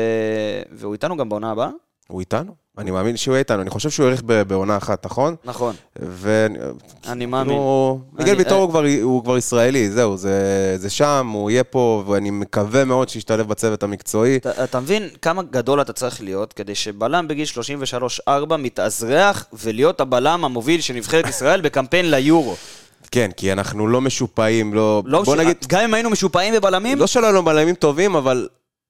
[SPEAKER 2] והוא איתנו גם בעונה הבאה?
[SPEAKER 1] הוא איתנו? אני מאמין שהוא יהיה איתנו. אני חושב שהוא האריך ב- בעונה אחת, נכון?
[SPEAKER 2] נכון,
[SPEAKER 1] ו...
[SPEAKER 2] אני מאמין.
[SPEAKER 1] כאילו, מיגל
[SPEAKER 2] אני- אה,
[SPEAKER 1] ויטור הוא כבר- הוא כבר ישראלי, זהו, זה זה שם, הוא יהיה פה, ואני מקווה מאוד שישתלב בצוות המקצועי.
[SPEAKER 2] אתה, אתה מבין כמה גדול אתה צריך להיות כדי שבלם בגיל 33-4 מתאזרח ולהיות הבלם המוביל של נבחרת ישראל בקמפיין ליורו.
[SPEAKER 1] כן, כי אנחנו לא משופעים, לא...
[SPEAKER 2] לא
[SPEAKER 1] בוא
[SPEAKER 2] ש...
[SPEAKER 1] נגיד,
[SPEAKER 2] גם אם היינו משופעים בבלמים,
[SPEAKER 1] לא שלא לנו בלמים טובים, אבל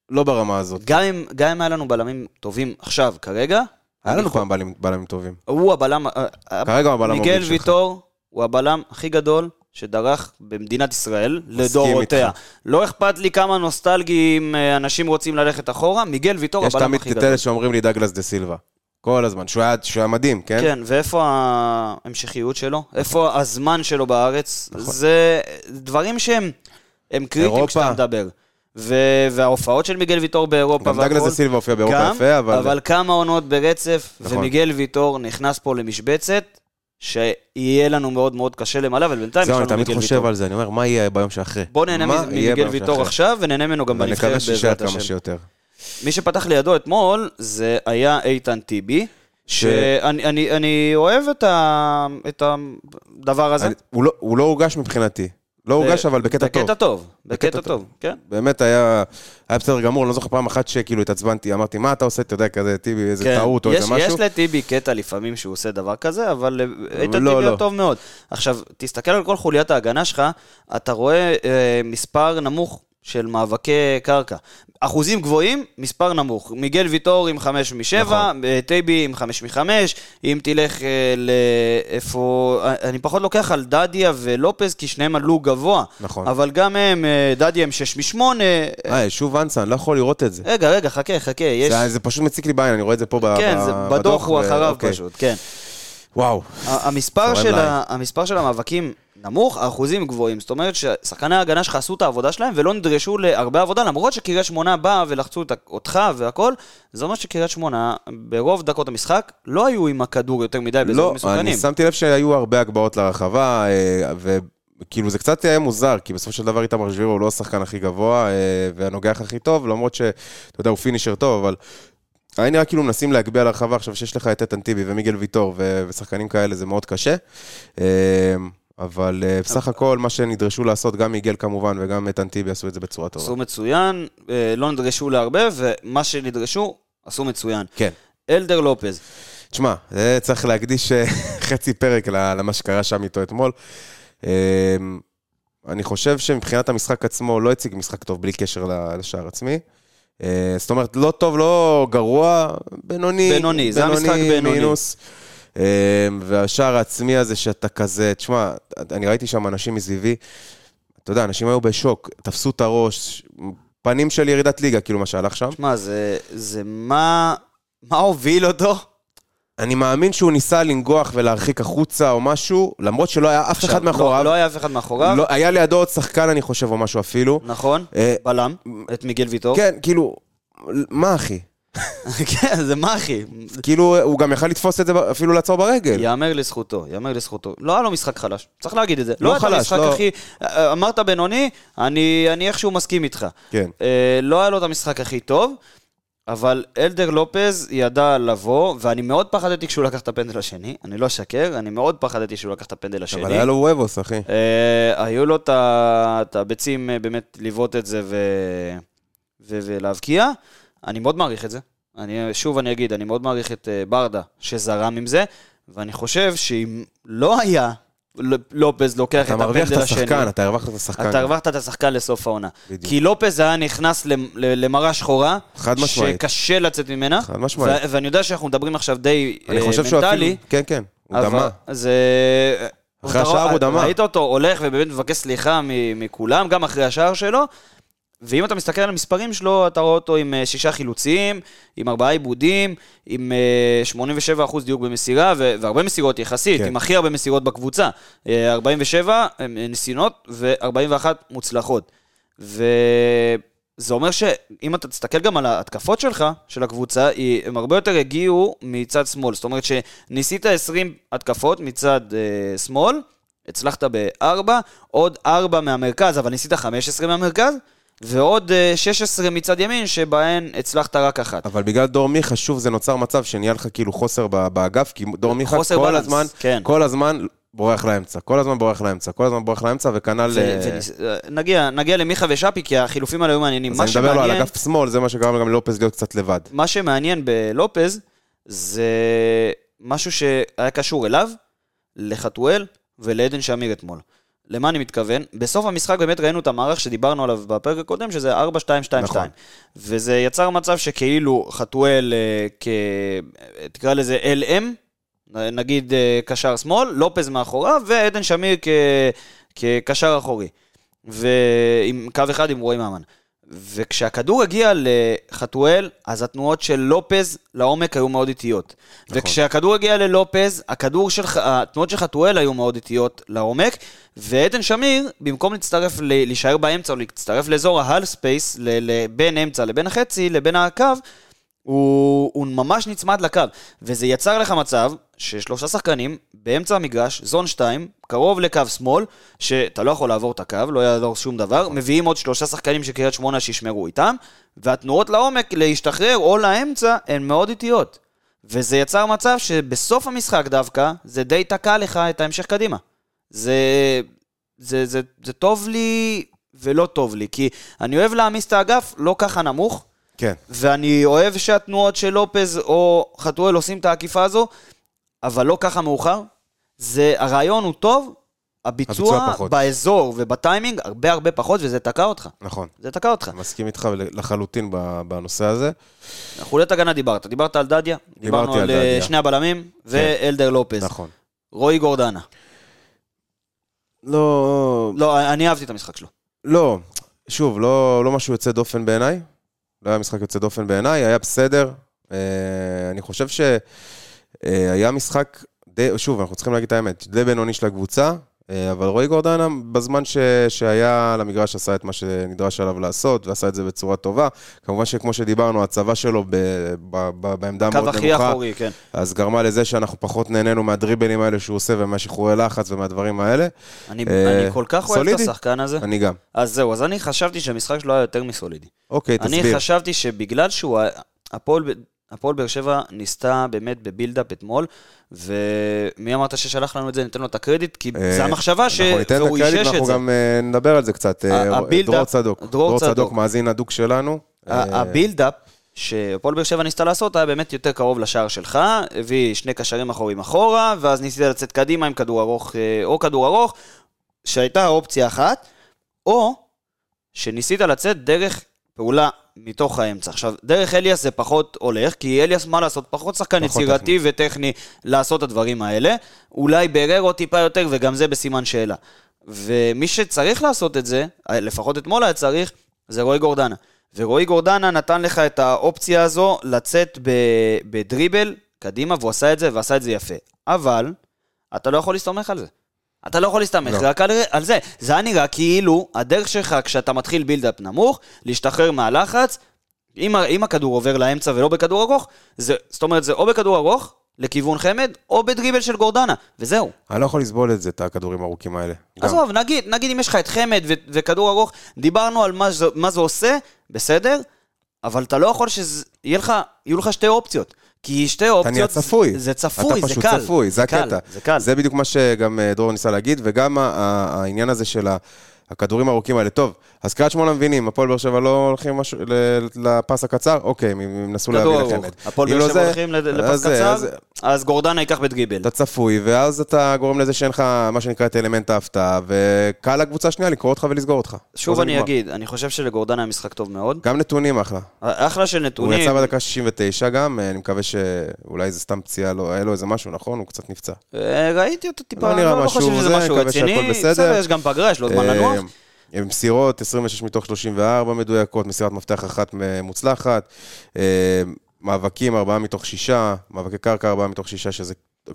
[SPEAKER 1] לא ברמה הזאת.
[SPEAKER 2] גם, אם, גם אם היה לנו בלמים טובים עכשיו, כרגע,
[SPEAKER 1] היה לנו
[SPEAKER 2] אני-
[SPEAKER 1] פעם בלמים- בלמים טובים.
[SPEAKER 2] הוא הבלם, ה- ה-
[SPEAKER 1] נכון. כרגע הוא הבלם
[SPEAKER 2] מיגל
[SPEAKER 1] המוביל שלך.
[SPEAKER 2] ויטור הוא הבלם הכי גדול שדרך במדינת ישראל לדורותיה.
[SPEAKER 1] איתך.
[SPEAKER 2] לא אכפת לי כמה נוסטלגיים אה, אנשים רוצים ללכת אחורה, מיגל ויטור
[SPEAKER 1] יש
[SPEAKER 2] הבלם
[SPEAKER 1] תמיד
[SPEAKER 2] לא, הכי
[SPEAKER 1] את
[SPEAKER 2] גדול.
[SPEAKER 1] אלה שאומרים לי דגלס דה סילבה. כל הזמן, שהוא היה- שהוא היה מדהים, כן?
[SPEAKER 2] כן, ואיפה ההמשכיות שלו? איפה הזמן שלו בארץ? זה דברים שהם הם קריטיים
[SPEAKER 1] נכון. אירופה.
[SPEAKER 2] כשאתה מדבר. ו- וההופעות של מיגל ויטור באירופה
[SPEAKER 1] גם דגלס דה סילבה הופיע באירופה יפה, אבל...
[SPEAKER 2] אבל... אבל כמה עונות ברצף,
[SPEAKER 1] נכון.
[SPEAKER 2] ומיגל ויטור נכנס פה למשבצת, שיהיה לנו מאוד מאוד קשה למעלה, אבל בינתיים יש
[SPEAKER 1] זהו, אני
[SPEAKER 2] לנו
[SPEAKER 1] תמיד
[SPEAKER 2] מיגל
[SPEAKER 1] חושב
[SPEAKER 2] ויטור.
[SPEAKER 1] על זה, אני אומר, מה יהיה ביום שאחרי?
[SPEAKER 2] בוא נהנה
[SPEAKER 1] מה
[SPEAKER 2] מ-
[SPEAKER 1] יהיה
[SPEAKER 2] ממיגל
[SPEAKER 1] ביום
[SPEAKER 2] ויטור
[SPEAKER 1] שאחרי?
[SPEAKER 2] עכשיו, ונהנה ממנו גם
[SPEAKER 1] ואני מקווה
[SPEAKER 2] בנבחרת
[SPEAKER 1] שישאר
[SPEAKER 2] בעזרת
[SPEAKER 1] כמה
[SPEAKER 2] השם.
[SPEAKER 1] שיותר.
[SPEAKER 2] מי שפתח לידו אתמול, זה היה איתן טיבי.
[SPEAKER 1] ש-
[SPEAKER 2] שאני אני, אני אוהב את, ה, את הדבר הזה.
[SPEAKER 1] אני- הוא לא- הוא לא הורגש מבחינתי. לא הורגש, אבל בקטע טוב.
[SPEAKER 2] בקטע טוב,
[SPEAKER 1] בקטע
[SPEAKER 2] בקטע טוב, כן.
[SPEAKER 1] באמת היה, היה בסדר גמור, אני לא זוכר פעם אחת שכאילו התעצבנתי, אמרתי, מה אתה עושה, אתה יודע, כזה טיבי, איזה
[SPEAKER 2] כן.
[SPEAKER 1] טעות או
[SPEAKER 2] יש-
[SPEAKER 1] איזה משהו.
[SPEAKER 2] יש לטיבי קטע לפעמים שהוא עושה דבר כזה, אבל אה, איתן
[SPEAKER 1] לא,
[SPEAKER 2] טיבי
[SPEAKER 1] לא.
[SPEAKER 2] הוא טוב מאוד. עכשיו, תסתכל על כל חוליית ההגנה שלך, אתה רואה אה, מספר נמוך של מאבקי קרקע. אחוזים גבוהים, מספר נמוך. מיגל ויטור עם 5 מ-7,
[SPEAKER 1] נכון.
[SPEAKER 2] טיבי עם 5 מ-5, אם תלך אה, לאיפה... אה, אני פחות לוקח על דדיה ולופז, כי שניהם עלו גבוה.
[SPEAKER 1] נכון.
[SPEAKER 2] אבל גם הם, אה, דדיה עם 6 מ-8...
[SPEAKER 1] אה, שוב אנסה, אני לא יכול לראות את זה.
[SPEAKER 2] רגע, רגע, חכה, חכה, יש...
[SPEAKER 1] זה, זה פשוט מציק לי בעין, אני רואה את זה פה ב-
[SPEAKER 2] כן,
[SPEAKER 1] ב-
[SPEAKER 2] זה בדוח הוא
[SPEAKER 1] ו-
[SPEAKER 2] אחריו
[SPEAKER 1] אוקיי.
[SPEAKER 2] פשוט, כן.
[SPEAKER 1] וואו,
[SPEAKER 2] ה- המספר,
[SPEAKER 1] צורם
[SPEAKER 2] של
[SPEAKER 1] לעין.
[SPEAKER 2] ה... המספר של המאבקים נמוך, האחוזים גבוהים. זאת אומרת ששחקני ההגנה שלך עשו את העבודה שלהם ולא נדרשו להרבה עבודה, למרות שקריית שמונה באה ולחצו את ה- אותך והכל, זה אומר שקריית שמונה, ברוב דקות המשחק, לא היו עם הכדור יותר מדי באזורים
[SPEAKER 1] לא,
[SPEAKER 2] מסוכנים.
[SPEAKER 1] אני שמתי לב שהיו הרבה הגבהות לרחבה, אה, וכאילו זה קצת היה מוזר, כי בסופו של דבר איתמר שבירו הוא לא השחקן הכי גבוה אה, והנוגח הכי טוב, למרות שאתה יודע, הוא פינישר טוב, אבל היה נראה כאילו מנסים להגביה לרחבה עכשיו שיש לך את איתן טיבי ומיגל ויטור ו- ושחקנים כאלה, זה מאוד קשה. אה, אבל אה, בסך הכל מה שנדרשו לעשות, גם מיגל כמובן וגם איתן טיבי עשו את זה בצורה טובה.
[SPEAKER 2] עשו מצוין, אה, לא נדרשו להרבה, ומה שנדרשו, עשו מצוין.
[SPEAKER 1] כן.
[SPEAKER 2] אלדר לופז,
[SPEAKER 1] תשמע, זה צריך להקדיש אה, חצי פרק ל- למה שקרה שם איתו אתמול. אה, אני חושב שמבחינת המשחק עצמו, לא הציג משחק טוב בלי קשר ל- לשער עצמי. אה, זאת אומרת, לא טוב, לא גרוע, בינוני.
[SPEAKER 2] בינוני, זה המשחק בינוני.
[SPEAKER 1] מינוס. אה, והשער העצמי הזה שאתה כזה, תשמע, אני ראיתי שם אנשים מסביבי, אתה יודע, אנשים היו בשוק, תפסו את הראש, פנים של ירידת ליגה, כאילו מה שהלך שם.
[SPEAKER 2] שמע, זה, זה מה... מה הוביל אותו?
[SPEAKER 1] אני מאמין שהוא ניסה לנגוח ולהרחיק החוצה או משהו, למרות שלא היה אף אחד
[SPEAKER 2] עכשיו,
[SPEAKER 1] מאחוריו.
[SPEAKER 2] לא, לא היה אף אחד מאחוריו,
[SPEAKER 1] לא, היה לידו עוד שחקן, אני חושב, או משהו אפילו.
[SPEAKER 2] נכון?
[SPEAKER 1] אה,
[SPEAKER 2] בלם, את מיגל ויטור.
[SPEAKER 1] כן, כאילו, מה אחי?
[SPEAKER 2] כן, זה מה אחי?
[SPEAKER 1] כאילו, הוא גם יכל לתפוס את זה ב- אפילו לעצור ברגל.
[SPEAKER 2] יאמר לזכותו, יאמר לזכותו. לא היה לו משחק חלש, צריך להגיד את זה.
[SPEAKER 1] לא
[SPEAKER 2] לא היה לו
[SPEAKER 1] חלש,
[SPEAKER 2] משחק
[SPEAKER 1] לא.
[SPEAKER 2] הכי... אה, אמרת בינוני, אני אני איכשהו מסכים איתך.
[SPEAKER 1] כן.
[SPEAKER 2] אה, לא היה לו את המשחק הכי טוב, אבל אלדר לופז ידע לבוא, ואני מאוד פחדתי כשהוא לקח את הפנדל השני, אני לא אשקר, אני מאוד פחדתי כשהוא לקח את הפנדל השני.
[SPEAKER 1] אבל היה לו וובוס, אחי.
[SPEAKER 2] אה, היו לו את ה- את הביצים אה, באמת לבעוט את זה ו... ו... ולהבקיע. אני מאוד מעריך את זה. אני, שוב אני אגיד, אני מאוד מעריך את אה, ברדה שזרם עם זה, ואני חושב שאם לא היה ל- לופז לוקח את
[SPEAKER 1] אתה
[SPEAKER 2] הפנדל השני...
[SPEAKER 1] מרוויח את השחקן, אתה הרווחת את השחקן.
[SPEAKER 2] אתה הרווחת את השחקן לסוף העונה.
[SPEAKER 1] בדיוק.
[SPEAKER 2] כי לופז היה נכנס למ- ל- למראה שחורה,
[SPEAKER 1] חד משמעית.
[SPEAKER 2] שקשה לצאת ממנה.
[SPEAKER 1] חד משמעית.
[SPEAKER 2] ו- ואני יודע שאנחנו מדברים עכשיו די
[SPEAKER 1] אני
[SPEAKER 2] אה,
[SPEAKER 1] חושב שהוא
[SPEAKER 2] מנטלי.
[SPEAKER 1] אפילו... כן, כן. הוא
[SPEAKER 2] אבל
[SPEAKER 1] דמה.
[SPEAKER 2] זה...
[SPEAKER 1] אחרי
[SPEAKER 2] אתה
[SPEAKER 1] השער
[SPEAKER 2] רוא-
[SPEAKER 1] הוא דמה.
[SPEAKER 2] ראית אותו הולך ובאמת מבקש סליחה מ- מכולם, גם אחרי השער שלו. ואם אתה מסתכל על המספרים שלו, אתה רואה אותו עם אה, שישה חילוצים, עם ארבעה עיבודים, עם אה, 87% דיוק במסירה, ו- והרבה מסירות יחסית,
[SPEAKER 1] כן.
[SPEAKER 2] עם הכי הרבה מסירות בקבוצה. אה, 47 אה, ניסיונות ו-41 מוצלחות. וזה אומר שאם אתה תסתכל גם על ההתקפות שלך, של הקבוצה, היא- הם הרבה יותר הגיעו מצד שמאל. זאת אומרת שניסית 20 התקפות מצד אה, שמאל, הצלחת בארבע, עוד ארבע מהמרכז, אבל ניסית 15 מהמרכז, ועוד אה, 16 מצד ימין, שבהן הצלחת רק אחת.
[SPEAKER 1] אבל בגלל דור מיכה, שוב, זה נוצר מצב שנהיה לך כאילו חוסר ב- באגף, כי דור מיכה
[SPEAKER 2] חוסר
[SPEAKER 1] כל
[SPEAKER 2] בלנס,
[SPEAKER 1] הזמן,
[SPEAKER 2] כן.
[SPEAKER 1] כל הזמן בורח לאמצע, כל הזמן בורח לאמצע, כל הזמן בורח לאמצע, וכנ"ל...
[SPEAKER 2] ו-
[SPEAKER 1] אה,
[SPEAKER 2] וניס- אה, נגיע, נגיע למיכה ושאפי, כי החילופים האלה היו מעניינים.
[SPEAKER 1] אז
[SPEAKER 2] מה
[SPEAKER 1] אני מדבר לו על
[SPEAKER 2] שמעניין-
[SPEAKER 1] אגף שמאל, זה מה שגרם גם לופז להיות קצת לבד.
[SPEAKER 2] מה שמעניין בלופז, זה משהו שהיה קשור אליו, לחתואל ולעדן שמיר אתמול. למה אני מתכוון? בסוף המשחק באמת ראינו את המערך שדיברנו עליו בפרק הקודם, שזה 4-2-2-2.
[SPEAKER 1] נכון.
[SPEAKER 2] נכון. וזה יצר מצב שכאילו חתואל, אה, כ... תקרא לזה LM, נ- נגיד אה, קשר שמאל, לופז מאחוריו, ועדן שמיר כ... כקשר אחורי. ועם קו אחד עם רועי ממן. וכשהכדור הגיע לחתואל, אז התנועות של לופז לעומק היו מאוד איטיות. נכון. וכשהכדור הגיע ללופז, הכדור של, ח- התנועות של חתואל היו מאוד איטיות לעומק, ועדן שמיר, במקום להצטרף, ל- להישאר באמצע, או להצטרף לאזור ההל ספייס, ל- ל- בין אמצע לבין החצי, לבין הקו, הוא, הוא ממש נצמד לקו, וזה יצר לך מצב ששלושה שחקנים באמצע המגרש, זון 2, קרוב לקו שמאל, שאתה לא יכול לעבור את הקו, לא יעזור שום דבר, מביאים עוד שלושה שחקנים של קריית שמונה שישמרו איתם, והתנועות לעומק להשתחרר או לאמצע הן מאוד איטיות. וזה יצר מצב שבסוף המשחק דווקא, זה די תקע לך את ההמשך קדימה. זה... זה, זה, זה טוב לי ולא טוב לי, כי אני אוהב להעמיס את האגף לא ככה נמוך,
[SPEAKER 1] כן.
[SPEAKER 2] ואני אוהב שהתנועות של לופז או חתואל עושים את העקיפה הזו, אבל לא ככה מאוחר. זה, הרעיון הוא טוב,
[SPEAKER 1] הביצוע
[SPEAKER 2] הביצוע
[SPEAKER 1] פחות.
[SPEAKER 2] באזור ובטיימינג הרבה הרבה פחות, וזה תקע אותך.
[SPEAKER 1] נכון.
[SPEAKER 2] זה תקע אותך.
[SPEAKER 1] אני מסכים איתך לחלוטין ב- בנושא הזה.
[SPEAKER 2] חוליית לא הגנה דיברת. דיברת על דדיה, דיברנו
[SPEAKER 1] דיברתי
[SPEAKER 2] על
[SPEAKER 1] על
[SPEAKER 2] אה,
[SPEAKER 1] דדיה. כן.
[SPEAKER 2] שני הבלמים, ואלדר לופז.
[SPEAKER 1] נכון.
[SPEAKER 2] רועי גורדנה.
[SPEAKER 1] לא,
[SPEAKER 2] לא, אני אהבתי את המשחק שלו.
[SPEAKER 1] לא, שוב, לא, לא משהו יוצא דופן בעיניי. לא היה משחק יוצא דופן בעיניי, היה בסדר. אה, אני חושב שהיה משחק די, שוב, אנחנו צריכים להגיד את האמת, די בינוני של הקבוצה, אה, אבל רועי גורדנה, בזמן ש, שהיה על המגרש, עשה את מה שנדרש עליו לעשות, ועשה את זה בצורה טובה. כמובן שכמו שדיברנו, הצבה שלו ב, ב, ב, בעמדה מאוד
[SPEAKER 2] קו
[SPEAKER 1] נמוכה.
[SPEAKER 2] הכי אחורי, כן.
[SPEAKER 1] אז גרמה לזה שאנחנו פחות נהנינו מהדריבלים האלה שהוא עושה, ומהשחרורי לחץ ומהדברים האלה.
[SPEAKER 2] אני
[SPEAKER 1] אה,
[SPEAKER 2] אני כל כך אוהב את
[SPEAKER 1] סולידי.
[SPEAKER 2] השחקן הזה.
[SPEAKER 1] אני גם.
[SPEAKER 2] אז זהו, אז אני חשבתי שהמשחק שלו היה יותר מסולידי.
[SPEAKER 1] אוקיי,
[SPEAKER 2] אני
[SPEAKER 1] תסביר.
[SPEAKER 2] חשבתי שבגלל שהוא... ה- הפועל ב- הפועל באר שבע ניסתה באמת בבילדאפ אתמול, ומי אמרת ששלח לנו את זה? ניתן לו את הקרדיט, כי
[SPEAKER 1] אה,
[SPEAKER 2] זו המחשבה ש...
[SPEAKER 1] אנחנו ניתן את
[SPEAKER 2] והוא
[SPEAKER 1] הקרדיט
[SPEAKER 2] אישש את
[SPEAKER 1] ואנחנו
[SPEAKER 2] זה.
[SPEAKER 1] גם אה, נדבר על זה קצת. אה,
[SPEAKER 2] ה- הבילדאפ-
[SPEAKER 1] דרור צדוק.
[SPEAKER 2] דרור
[SPEAKER 1] דרור
[SPEAKER 2] צדוק.
[SPEAKER 1] צדוק, מאזין הדוק שלנו.
[SPEAKER 2] ה-
[SPEAKER 1] אה,
[SPEAKER 2] הבילדאפ שהפועל באר שבע ניסתה לעשות היה באמת יותר קרוב לשער שלך, הביא שני קשרים אחורים אחורה, ואז ניסית לצאת קדימה עם כדור ארוך, אה, או כדור ארוך, שהייתה אופציה אחת, או שניסית לצאת דרך פעולה מתוך האמצע. עכשיו, דרך אליאס זה פחות הולך, כי אליאס, מה לעשות, פחות שחקן
[SPEAKER 1] פחות
[SPEAKER 2] יצירתי וטכני לעשות את הדברים האלה. אולי בררו טיפה יותר, וגם זה בסימן שאלה. ומי שצריך לעשות את זה, לפחות אתמול היה צריך, זה רועי גורדנה. ורועי גורדנה נתן לך את האופציה הזו לצאת ב- בדריבל קדימה, והוא עשה את זה, ועשה את זה יפה. אבל, אתה לא יכול להסתמך על זה. אתה לא יכול להסתמך
[SPEAKER 1] לא.
[SPEAKER 2] רק על, על זה. זה היה נראה כאילו הדרך שלך, כשאתה מתחיל בילדאפ נמוך, להשתחרר מהלחץ, אם, ה- אם הכדור עובר לאמצע ולא בכדור ארוך, זה, זאת אומרת, זה או בכדור ארוך, לכיוון חמד, או בדריבל של גורדנה, וזהו.
[SPEAKER 1] אני לא יכול לסבול את זה, את הכדורים הארוכים האלה. גם.
[SPEAKER 2] עזוב, נגיד, נגיד אם יש לך את חמד ו- וכדור ארוך, דיברנו על מה זה, מה זה עושה, בסדר, אבל אתה לא יכול שיהיו לך, יהיו לך שתי אופציות. כי שתי אופציות...
[SPEAKER 1] אתה נהיה צפוי.
[SPEAKER 2] זה צפוי,
[SPEAKER 1] אתה
[SPEAKER 2] זה
[SPEAKER 1] פשוט
[SPEAKER 2] קל.
[SPEAKER 1] צפוי, זה
[SPEAKER 2] קל,
[SPEAKER 1] הקטע.
[SPEAKER 2] זה קל.
[SPEAKER 1] זה בדיוק מה שגם אה, דרור ניסה להגיד, וגם ה- ה- העניין הזה של ה- הכדורים הארוכים האלה. טוב, אז קריית שמונה מבינים, הפועל באר שבע לא הולכים משהו- ל- לפס הקצר? אוקיי, הם הם ינסו להביא
[SPEAKER 2] כדור ארוך.
[SPEAKER 1] לחמד.
[SPEAKER 2] הפועל
[SPEAKER 1] אם
[SPEAKER 2] באר
[SPEAKER 1] לא
[SPEAKER 2] שבע
[SPEAKER 1] זה,
[SPEAKER 2] הולכים לד- לפס
[SPEAKER 1] אז זה,
[SPEAKER 2] קצר,
[SPEAKER 1] אז- אה,
[SPEAKER 2] אז גורדנה ייקח בדריבל.
[SPEAKER 1] אתה צפוי, ואז אתה גורם לזה שאין לך מה שנקרא את אלמנט ההפתעה, וקל לקבוצה השנייה לקרוא אותך ולסגור אותך. פה
[SPEAKER 2] שוב
[SPEAKER 1] זה
[SPEAKER 2] אני
[SPEAKER 1] נגמר.
[SPEAKER 2] אגיד, אני חושב שלגורדנה היה משחק טוב מאוד.
[SPEAKER 1] גם נתונים אחלה.
[SPEAKER 2] אחלה של
[SPEAKER 1] הוא
[SPEAKER 2] נתונים.
[SPEAKER 1] יצא בדקה 69 גם, אה, אני מקווה שאולי זה סתם פציעה, לא- היה לו איזה משהו, נכון? הוא קצת נפצע.
[SPEAKER 2] אה, ראיתי אותו טיפה,
[SPEAKER 1] לא נראה
[SPEAKER 2] לא לא
[SPEAKER 1] משהו
[SPEAKER 2] חושב שזה
[SPEAKER 1] זה,
[SPEAKER 2] משהו
[SPEAKER 1] מקווה
[SPEAKER 2] רציני.
[SPEAKER 1] שהכל בסדר.
[SPEAKER 2] בסדר, יש גם פגרה, יש לו לא זמן
[SPEAKER 1] אה,
[SPEAKER 2] לנוח.
[SPEAKER 1] עם מסירות, 26 מתוך 34 מדויקות, מסירת מפתח אחת מוצלחת, אה, מאבקים, 4 מתוך 6, מאבקי קרקע, 4 מתוך 6, שזה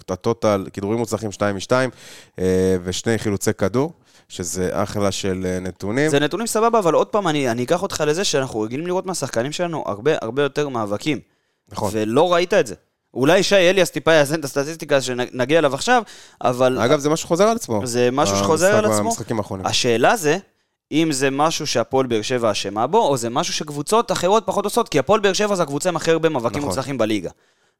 [SPEAKER 1] הטוטל, כידורים מוצלחים 2 מ-2, ושני חילוצי כדור, שזה אחלה של אה, נתונים.
[SPEAKER 2] זה נתונים סבבה, אבל עוד פעם, אני אני אקח אותך לזה שאנחנו רגילים לראות מהשחקנים שלנו הרבה הרבה יותר מאבקים.
[SPEAKER 1] נכון.
[SPEAKER 2] ולא ראית את זה. אולי שי אליאס טיפה יאזן את הסטטיסטיקה שנגיע אליו עכשיו, אבל
[SPEAKER 1] אגב, זה משהו שחוזר על עצמו.
[SPEAKER 2] זה משהו שחוזר על
[SPEAKER 1] המשחק-
[SPEAKER 2] עצמו.
[SPEAKER 1] במשחקים האחרונים.
[SPEAKER 2] השאלה זה, אם זה משהו שהפועל באר שבע אשמה בו, או זה משהו שקבוצות אחרות פחות עושות, כי הפועל באר שבע זה הקבוצה עם הכי הרבה מאבקים
[SPEAKER 1] נכון.
[SPEAKER 2] מוצלחים בליגה.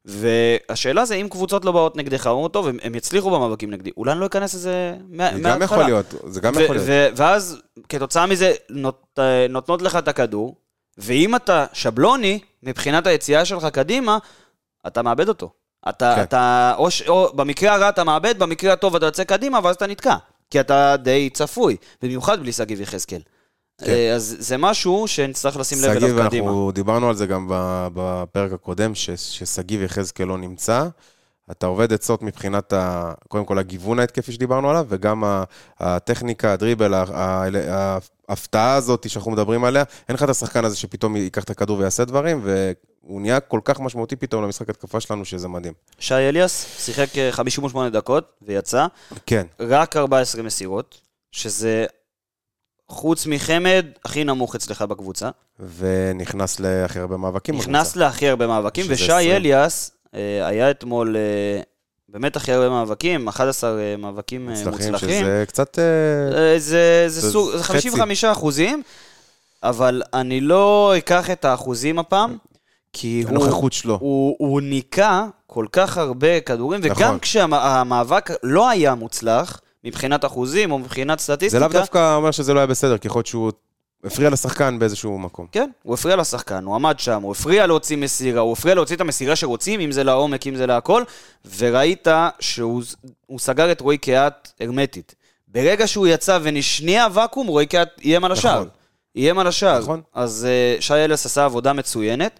[SPEAKER 2] והשאלה זה, אם קבוצות לא באות נגדך, אמרו, טוב, הם, הם יצליחו במאבקים נגדי, אולי אני לא אכנס לזה מה-
[SPEAKER 1] זה
[SPEAKER 2] מההתחלה.
[SPEAKER 1] גם יכול להיות, זה גם יכול להיות.
[SPEAKER 2] ו- ואז כתוצאה מזה נות- אה, נותנות לך את הכדור, ואם אתה שבלוני, מבחינת היציאה שלך קדימה, אתה מאבד אותו. אתה,
[SPEAKER 1] כן.
[SPEAKER 2] אתה או, ש, או במקרה הרע אתה מאבד, במקרה הטוב אתה יוצא קדימה, ואז אתה נתקע. כי אתה די צפוי, במיוחד בלי שגיב יחזקאל.
[SPEAKER 1] כן.
[SPEAKER 2] אה, אז זה משהו שנצטרך לשים לב
[SPEAKER 1] שגיב,
[SPEAKER 2] אליו קדימה.
[SPEAKER 1] אנחנו דיברנו על זה גם ב- בפרק הקודם, ש- ששגיב יחזקאל לא נמצא. אתה עובד עצות מבחינת, ה, קודם כל, הגיוון ההתקפי שדיברנו עליו, וגם ה- הטכניקה, הדריבל, ה- ה- ה- ההפתעה הזאת שאנחנו מדברים עליה. אין לך את השחקן הזה שפתאום ייקח את הכדור ויעשה דברים, והוא נהיה כל כך משמעותי פתאום למשחק התקפה שלנו, שזה מדהים.
[SPEAKER 2] שי אליאס שיחק אה, 58 דקות ויצא,
[SPEAKER 1] כן,
[SPEAKER 2] רק 14 מסירות, שזה חוץ מחמד הכי נמוך אצלך בקבוצה.
[SPEAKER 1] ונכנס להכי הרבה מאבקים.
[SPEAKER 2] נכנס להכי הרבה מאבקים,
[SPEAKER 1] שזה
[SPEAKER 2] ושי
[SPEAKER 1] 20.
[SPEAKER 2] אליאס אה, היה אתמול אה, באמת הכי הרבה מאבקים, 11 אה, מאבקים אה,
[SPEAKER 1] מוצלחים,
[SPEAKER 2] מוצלחים.
[SPEAKER 1] שזה קצת... אה,
[SPEAKER 2] אה, זה, זה
[SPEAKER 1] זה
[SPEAKER 2] סוג, זה
[SPEAKER 1] חצי.
[SPEAKER 2] 55 אחוזים, אבל אני לא אקח את האחוזים הפעם, כי הוא,
[SPEAKER 1] הנוכחות שלו.
[SPEAKER 2] הוא, הוא ניקה כל כך הרבה כדורים, וגם
[SPEAKER 1] נכון.
[SPEAKER 2] כשהמאבק לא היה מוצלח, מבחינת אחוזים או מבחינת
[SPEAKER 1] זה
[SPEAKER 2] סטטיסטיקה.
[SPEAKER 1] לאו דווקא אומר שזה לא היה בסדר, כי יכול להיות שהוא הפריע לשחקן באיזשהו מקום.
[SPEAKER 2] כן, הוא הפריע לשחקן, הוא עמד שם, הוא הפריע להוציא מסירה, הוא הפריע להוציא את המסירה שרוצים, אם זה לעומק, אם זה להכל, וראית שהוא הוא סגר את רועי קהת הרמטית. ברגע שהוא יצא ונשניע ואקום, רועי קהת איים על השער.
[SPEAKER 1] נכון.
[SPEAKER 2] איים על השער.
[SPEAKER 1] נכון.
[SPEAKER 2] אז אה, שי אליאס עשה עבודה מצוינת,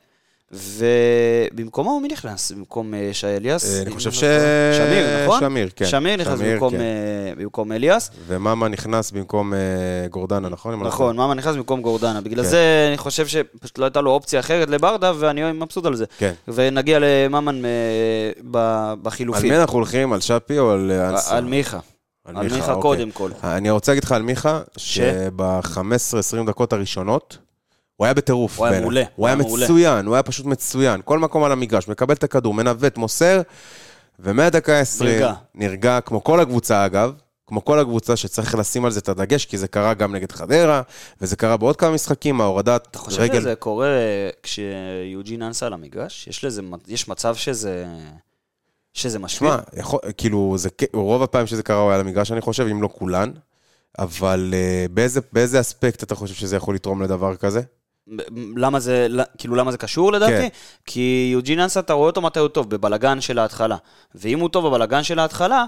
[SPEAKER 2] ובמקומו מי נכנס? במקום אה, שי אליאס?
[SPEAKER 1] אה, אני חושב
[SPEAKER 2] אם
[SPEAKER 1] ש-
[SPEAKER 2] לא טועה. שמיר, נכון?
[SPEAKER 1] שמיר, כן.
[SPEAKER 2] שמיר נכנס
[SPEAKER 1] שמיר,
[SPEAKER 2] במקום,
[SPEAKER 1] כן.
[SPEAKER 2] אה, במקום אליאס.
[SPEAKER 1] ומאמה נכנס במקום אה, גורדנה, נכון? כן. אם אני לא
[SPEAKER 2] נכון, ממן נכנס במקום גורדנה. בגלל זה אני חושב שפשוט לא הייתה לו אופציה אחרת לברדה, ואני מבסוט על זה.
[SPEAKER 1] כן.
[SPEAKER 2] ונגיע לממן אה, ב-
[SPEAKER 1] טועה. על
[SPEAKER 2] בחילופים.
[SPEAKER 1] מי אנחנו הולכים? על שפי או על אה,
[SPEAKER 2] ע-
[SPEAKER 1] אנסה?
[SPEAKER 2] על מיכה. על מיכה
[SPEAKER 1] אוקיי.
[SPEAKER 2] קודם כל.
[SPEAKER 1] אני רוצה להגיד לך על מיכה,
[SPEAKER 2] ש?
[SPEAKER 1] שב-15-20 דקות הראשונות, הוא היה בטירוף.
[SPEAKER 2] הוא היה
[SPEAKER 1] בעיניי.
[SPEAKER 2] מעולה,
[SPEAKER 1] הוא היה
[SPEAKER 2] הוא היה מעולה.
[SPEAKER 1] מצוין, הוא היה פשוט מצוין. כל מקום על המגרש, מקבל את הכדור, מנווט, מוסר, ומהדקה ה-20
[SPEAKER 2] נרגע.
[SPEAKER 1] נרגע, כמו כל הקבוצה אגב, כמו כל הקבוצה שצריך לשים על זה את הדגש, כי זה קרה גם נגד חדרה, וזה קרה בעוד כמה משחקים, ההורדת
[SPEAKER 2] אתה חושב
[SPEAKER 1] רגל.
[SPEAKER 2] שזה קורה אה, כשיוג'ין אנסה על המגרש? יש לזה מ- יש מצב שזה... שזה משפיע?
[SPEAKER 1] תשמע, יכול- כאילו, זה כ- רוב הפעמים שזה קרה הוא היה על המגרש, אני חושב, אם לא כולן. אבל אה, באיזה, באיזה אספקט אתה חושב שזה יכול לתרום לדבר כזה?
[SPEAKER 2] למה זה, כאילו למה זה קשור לדעתי?
[SPEAKER 1] כן.
[SPEAKER 2] כן. כי יוג'ין אנסה, אתה רואה אותו מתי הוא טוב, בבלגן של ההתחלה. ואם הוא טוב בבלגן של ההתחלה,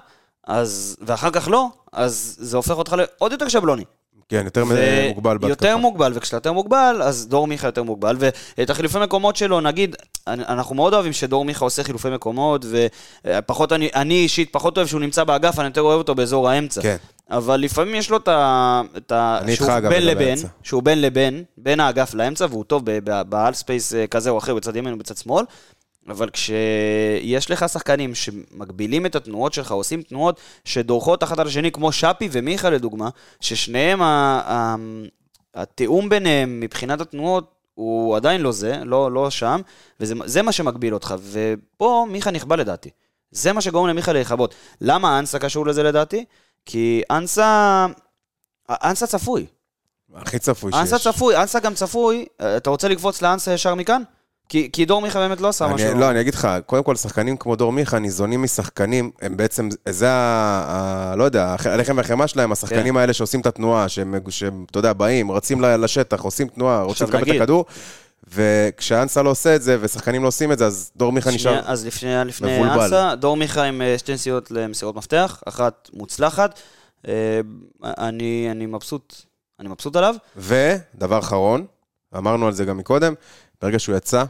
[SPEAKER 2] אז, ואחר כך לא, אז זה הופך אותך לעוד יותר שבלוני.
[SPEAKER 1] כן, יותר
[SPEAKER 2] ו-
[SPEAKER 1] מוגבל בהתקפה.
[SPEAKER 2] יותר מוגבל, וכשאתה יותר מוגבל, אז דור מיכה יותר מוגבל. ואת החילופי מקומות שלו, נגיד, אנ- אנחנו מאוד אוהבים שדור מיכה עושה חילופי מקומות, ופחות, אני, אני אישית פחות אוהב שהוא נמצא באגף, אני יותר אוהב אותו באזור האמצע.
[SPEAKER 1] כן.
[SPEAKER 2] אבל לפעמים יש לו את ה... את ה-
[SPEAKER 1] אני
[SPEAKER 2] שהוא
[SPEAKER 1] איתך, אגב,
[SPEAKER 2] בין
[SPEAKER 1] לגבי
[SPEAKER 2] לבין,
[SPEAKER 1] האמצע.
[SPEAKER 2] שהוא בין לבין, בין האגף לאמצע, והוא טוב באל ספייס אה, כזה או אחר, בצד ימין ובצד שמאל. אבל כשיש לך שחקנים שמגבילים את התנועות שלך, עושים תנועות שדורכות אחת על השני, כמו שפי ומיכה לדוגמה, ששניהם, ה- ה- התיאום ביניהם מבחינת התנועות, הוא עדיין לא זה, לא, לא שם, וזה זה מה שמגביל אותך. ופה מיכה נכבה לדעתי. זה מה שגורם למיכה להיכבות. למה אנסה קשור לזה לדעתי? כי אנסה... אנסה צפוי.
[SPEAKER 1] הכי צפוי שיש.
[SPEAKER 2] אנסה אה, צפוי, אנסה גם צפוי. אה, אתה רוצה לקפוץ לאנסה ישר מכאן? כי, כי דור מיכה באמת לא עשה משהו.
[SPEAKER 1] אני, לא, אני אגיד לך, קודם כל, שחקנים כמו דור מיכה ניזונים משחקנים, הם בעצם, זה ה... ה לא יודע, הח- הלחם והחמאה שלהם, השחקנים
[SPEAKER 2] כן.
[SPEAKER 1] האלה שעושים את התנועה, שהם, שהם, אתה יודע, באים, רצים ל- לשטח, עושים תנועה, רוצים
[SPEAKER 2] עכשיו
[SPEAKER 1] לקבל את
[SPEAKER 2] נגיד-
[SPEAKER 1] הכדור, וכשאנסה לא עושה את זה, ושחקנים לא עושים את זה, אז דור מיכה
[SPEAKER 2] שנייה,
[SPEAKER 1] נשאר...
[SPEAKER 2] אז לפני, לפני
[SPEAKER 1] מבולבל.
[SPEAKER 2] אנסה, דור מיכה עם אה, שתי נסיעות למסירות מפתח, אחת מוצלחת. אה, אני, אני מבסוט, אני מבסוט עליו.
[SPEAKER 1] ודבר אחרון, אמרנו על זה גם מקודם, ברגע שהוא יצא,